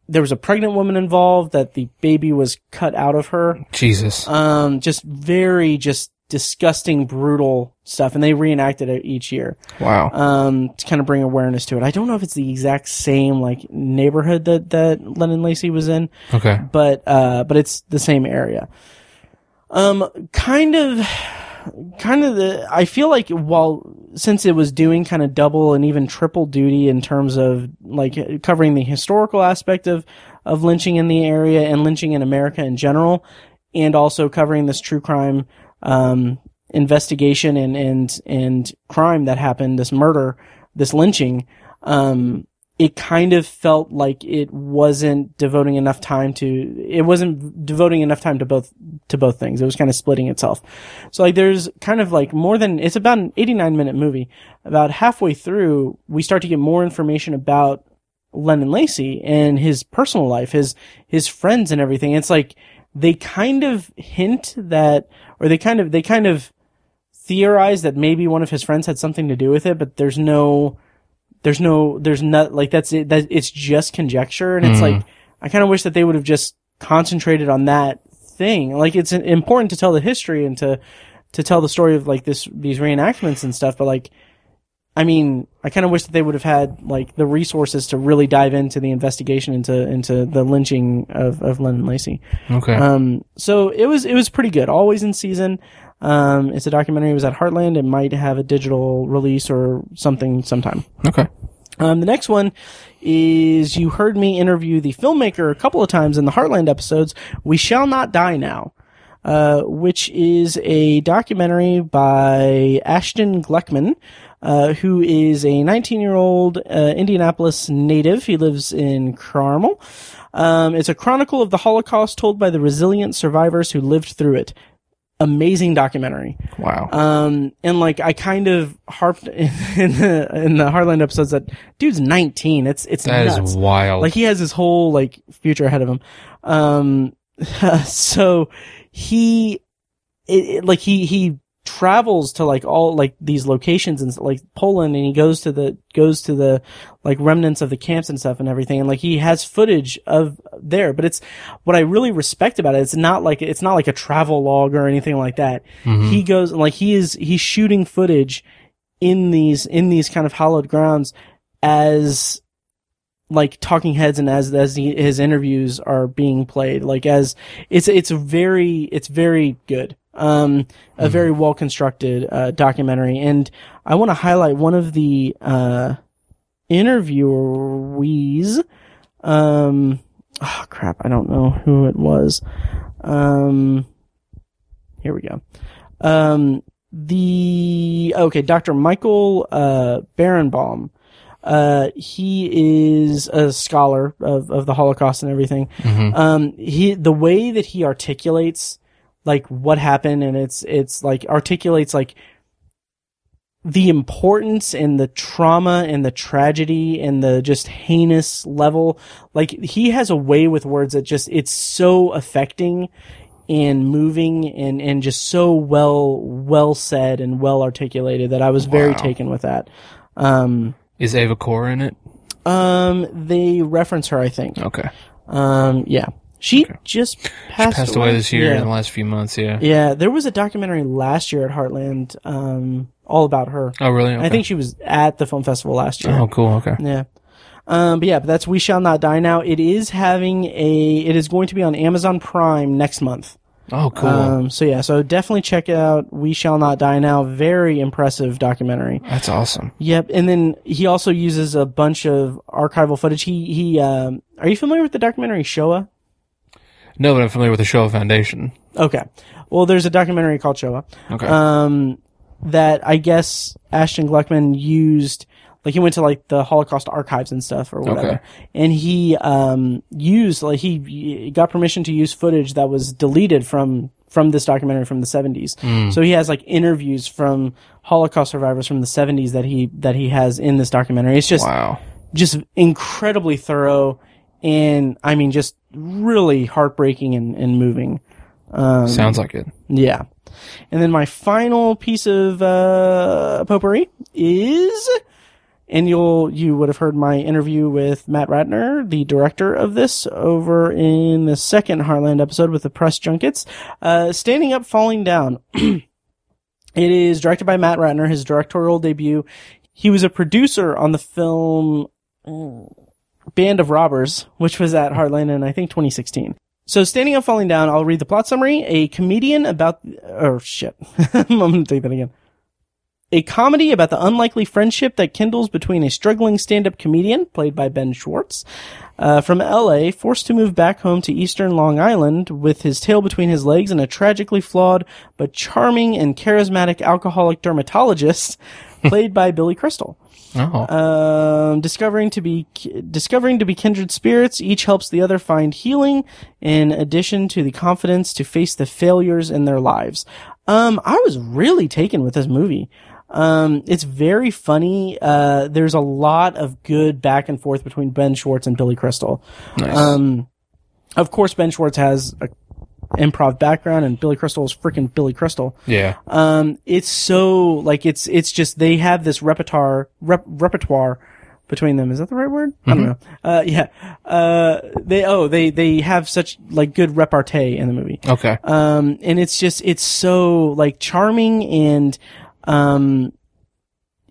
there was a pregnant woman involved that the baby was cut out of her. Jesus. Um, just very just disgusting, brutal stuff, and they reenacted it each year wow. um, to kind of bring awareness to it. I don't know if it's the exact same like neighborhood that that Lennon Lacey was in, Okay. but uh, but it's the same area. Um, kind of, kind of the. I feel like while since it was doing kind of double and even triple duty in terms of like covering the historical aspect of of lynching in the area and lynching in America in general, and also covering this true crime um, investigation and and and crime that happened, this murder, this lynching. Um, it kind of felt like it wasn't devoting enough time to it wasn't devoting enough time to both to both things it was kind of splitting itself so like there's kind of like more than it's about an 89 minute movie about halfway through we start to get more information about Lennon Lacey and his personal life his his friends and everything it's like they kind of hint that or they kind of they kind of theorize that maybe one of his friends had something to do with it but there's no there's no there's not like that's it that it's just conjecture and it's Mhm. like i kind of wish that they would have just concentrated on that thing like it's important to tell the history and to to tell the story of like this these reenactments and stuff but like i mean i kind of wish that they would have had like the resources to really dive into the investigation into into the lynching of of lennon lacey Okay. um, so it was it was pretty good. Always in season. Um, it's a documentary. It was at Heartland. It might have a digital release or something sometime. okay. Um, the next one is you heard me interview the filmmaker a couple of times in the Heartland episodes. We shall not die now. Uh, which is a documentary by Ashton Gluckman, uh, who is a 19 year old uh, Indianapolis native. He lives in Carmel. Um, it's a chronicle of the Holocaust told by the resilient survivors who lived through it. Amazing documentary. Wow. Um, and like I kind of harped in, in the in the Heartland episodes that dude's nineteen. It's it's that is nuts. wild. Like he has his whole like future ahead of him. Um, so he, it, it- like he he travels to like all like these locations and like Poland and he goes to the goes to the like remnants of the camps and stuff and everything and like he has footage of there but it's what I really respect about it it's not like it's not like a travel log or anything like that Mhm. he goes and like he is he's shooting footage in these in these kind of hollowed grounds as like talking heads and as as the, his interviews are being played like as it's it's very it's very good um a Mhm. very well constructed uh documentary and i want to highlight one of the uh interviewees um oh crap i don't know who it was um here we go um the okay dr michael uh barenbaum uh he is a scholar of of the holocaust and everything Mhm. um he the way that he articulates like what happened and it's it's like articulates like the importance and the trauma and the tragedy and the just heinous level like he has a way with words that just it's so affecting and moving and and just so well well said and well articulated that I was very Wow. taken with that um Is Ava Core in it? um they reference her I think Okay. um, yeah, she just passed, Passed away this year Yeah. in the last few months, yeah. Yeah, there was a documentary last year at Heartland, um, all about her. Oh, really? Okay. I think she was at the film festival last year. Oh, cool. Okay. Yeah. Um, but yeah, but that's We Shall Not Die Now. It is having a, it is going to be on Amazon Prime next month. Oh, cool. Um, so yeah, so definitely check out We Shall Not Die Now. Very impressive documentary. That's awesome. Yep. And then he also uses a bunch of archival footage. He, he, um, are you familiar with the documentary Shoah? No, but I'm familiar with the Shoah Foundation. Okay. Well, there's a documentary called Shoah Okay. um, that I guess Ashton Gluckman used. Like he went to like the Holocaust archives and stuff or whatever, Okay. and he um, used like he- he got permission to use footage that was deleted from from this documentary from the 70s. Hmm. So he has like interviews from Holocaust survivors from the 70s that he that he has in this documentary. It's just wow. just incredibly thorough, and I mean just really heartbreaking and, and moving. Um, Sounds like it. yeah. And then my final piece of uh, potpourri is, and you'll you would have heard my interview with Matt Ratner, the director of this, over in the second Heartland episode with the press junkets. Uh, Standing up, falling down. it is directed by Matt Ratner, his directorial debut. He was a producer on the film mm, Band of Robbers, which was at Heartland in I think 2016. So, Standing Up, Falling Down, I'll read the plot summary. A comedian about, oh shit. I'm gonna take that again. A comedy about the unlikely friendship that kindles between a struggling stand-up comedian, played by Ben Schwartz, uh, from LA, forced to move back home to eastern Long Island with his tail between his legs and a tragically flawed but charming and charismatic alcoholic dermatologist, played by Billy Crystal Oh. um, discovering to be discovering to be kindred spirits. Each helps the other find healing, in addition to the confidence to face the failures in their lives. Um, I was really taken with this movie. Um, it's very funny. Uh, there's a lot of good back and forth between Ben Schwartz and Billy Crystal. nice. Um, of course, Ben Schwartz has a improv background, and Billy Crystal is freaking Billy Crystal yeah. um, it's so like it's it's just they have this repertoire rep, repertoire between them. Is that the right word? I don't know. Uh, yeah. Uh, they oh they they have such like good repartee in the movie. Okay. Um, and it's just it's so like charming and um,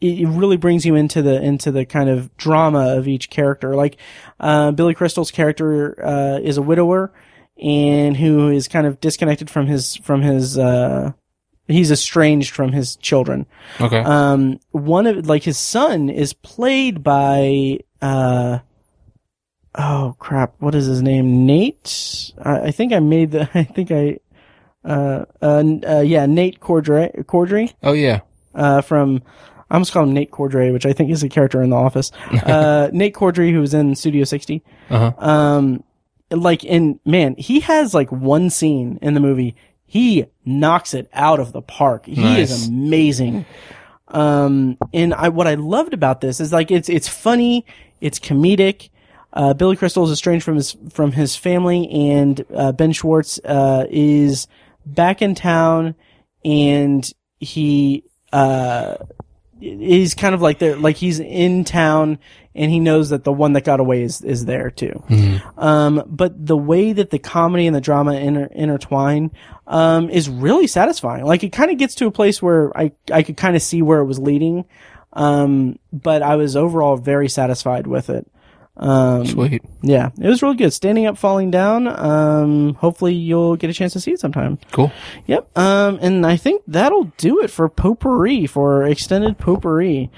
it, it really brings you into the into the kind of drama of each character. Like uh, Billy Crystal's character uh, is a widower and who is kind of disconnected from his from his uh, he's estranged from his children. Okay. Um, one of like his son is played by uh, oh crap, what is his name? Nate. I, I think I made the. I think I. Uh, uh, n- uh, yeah, Nate Cordray, Cordray, oh yeah. uh, from, I almost call him Nate Cordray, which I think is a character in The Office. Uh, Nate Cordray, who was in Studio 60. Uh huh. Um, like, and man, he has like one scene in the movie. He knocks it out of the park. He Nice. is amazing. Um, and I, what I loved about this is like, it's, it's funny. It's comedic. Uh, Billy Crystal is estranged from his, from his family and, uh, Ben Schwartz, uh, is back in town and he uh, he's kind of like the like he's in town and he knows that the one that got away is is there too. Um, but the way that the comedy and the drama inter- intertwine um, is really satisfying. Like it kind of gets to a place where I I could kind of see where it was leading, um, but I was overall very satisfied with it. Um, Sweet. yeah, it was really good. Standing up, falling down. Um, hopefully you'll get a chance to see it sometime. Cool. Yep. Um, and I think that'll do it for potpourri for extended potpourri.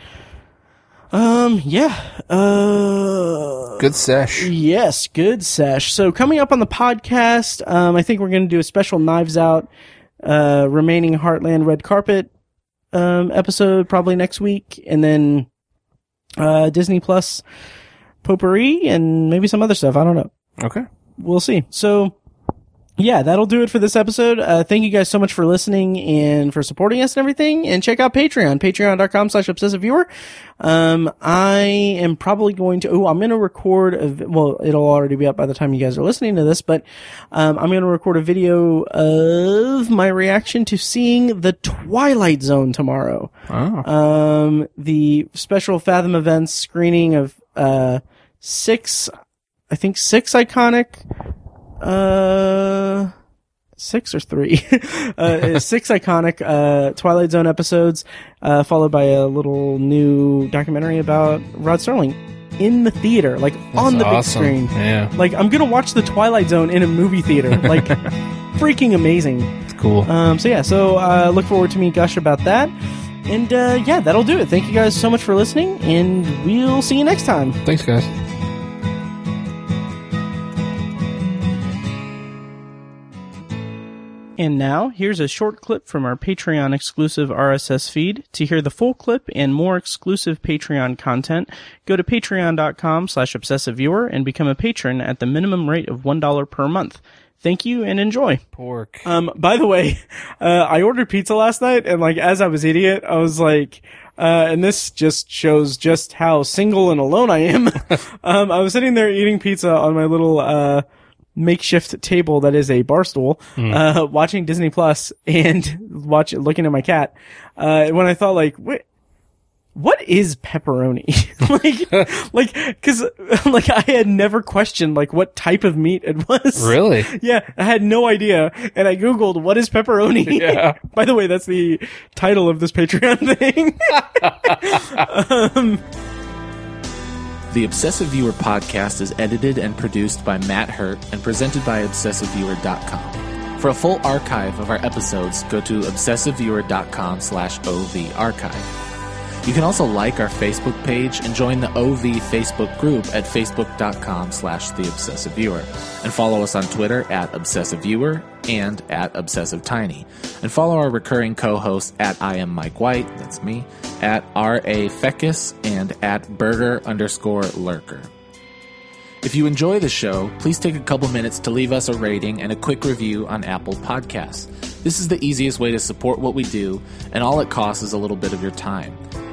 Um, yeah. Uh, Good sesh. yes, good sesh. So coming up on the podcast, um, I think we're going to do a special Knives Out, uh, remaining Heartland red carpet, um, episode probably next week, and then, uh, Disney Plus potpourri and maybe some other stuff. I don't know Okay. we'll see. So, yeah, that'll do it for this episode. Uh, thank you guys so much for listening and for supporting us and everything. And check out Patreon, patreon.com slash obsessive viewer. Um, I am probably going to, oh, I'm going to record a, vi- well, it'll already be up by the time you guys are listening to this, but, um, I'm going to record a video of my reaction to seeing the Twilight Zone tomorrow Oh. um, the special Fathom events screening of uh, six, I think six iconic, uh, six or three, uh, six iconic uh, Twilight Zone episodes, uh, followed by a little new documentary about Rod Sterling in the theater, like on That's the awesome. big screen. Yeah. Like I'm gonna watch the Twilight Zone in a movie theater, like freaking amazing. It's cool. Um, so yeah, so uh, look forward to me gush about that. And uh, yeah, that'll do it. Thank you guys so much for listening, and we'll see you next time. Thanks, guys. uh, And now, here's a short clip from our Patreon exclusive RSS feed. To hear the full clip and more exclusive Patreon content, go to patreon.com slash obsessiveviewer and become a patron at the minimum rate of $1 per month. Thank you and enjoy. Pork. Um, by the way, uh, I ordered pizza last night, and like as I was eating it, I was like, uh, and this just shows just how single and alone I am. um, I was sitting there eating pizza on my little uh, makeshift table that is a bar stool, uh, watching Disney Plus and watch looking at my cat. Uh, when I thought like, wait, what is pepperoni? like, like, cause, like, I had never questioned, like, what type of meat it was. Really? Yeah, I had no idea, and I googled what is pepperoni. Yeah. By the way, that's the title of this Patreon thing. The Obsessive Viewer podcast is edited and produced by Matt Hurt and presented by ObsessiveViewer.com. For a full archive of our episodes, go to ObsessiveViewer.com slash OV archive. You can also like our Facebook page and join the OV Facebook group at Facebook.com slash The Obsessive Viewer. And follow us on Twitter at Obsessive Viewer and at Obsessive Tiny. And follow our recurring co-hosts at I am Mike White, that's me, at R.A. Fecus, and at Burger underscore Lurker. If you enjoy the show, please take a couple minutes to leave us a rating and a quick review on Apple Podcasts. This is the easiest way to support what we do, and all it costs is a little bit of your time.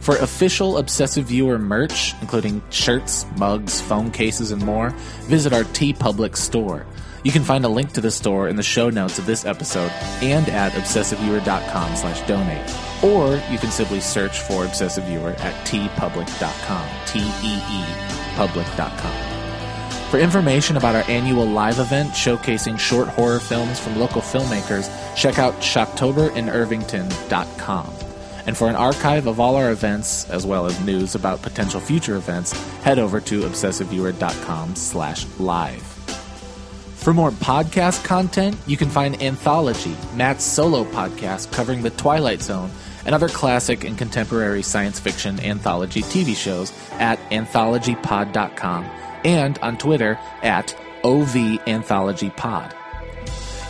For official Obsessive Viewer merch, including shirts, mugs, phone cases, and more, visit our T Public store. You can find a link to the store in the show notes of this episode and at obsessiveviewer.com slash donate. Or you can simply search for Obsessive Viewer at tpublic.com, T-E-E, public.com. For information about our annual live event showcasing short horror films from local filmmakers, check out shocktoberinirvington.com. And for an archive of all our events, as well as news about potential future events, head over to obsessiveviewer.com slash live. For more podcast content, you can find Anthology, Matt's solo podcast covering The Twilight Zone and other classic and contemporary science fiction anthology TV shows at anthologypod.com and on Twitter at OVAnthologyPod.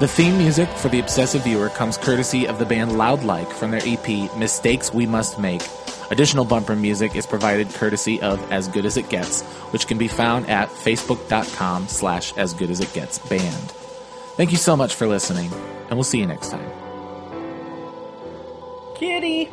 The theme music for The Obsessive Viewer comes courtesy of the band Loud Like from their EP Mistakes We Must Make. Additional bumper music is provided courtesy of As Good As It Gets, which can be found at facebook.com slash as good as it gets band. Thank you so much for listening, and we'll see you next time. Kitty.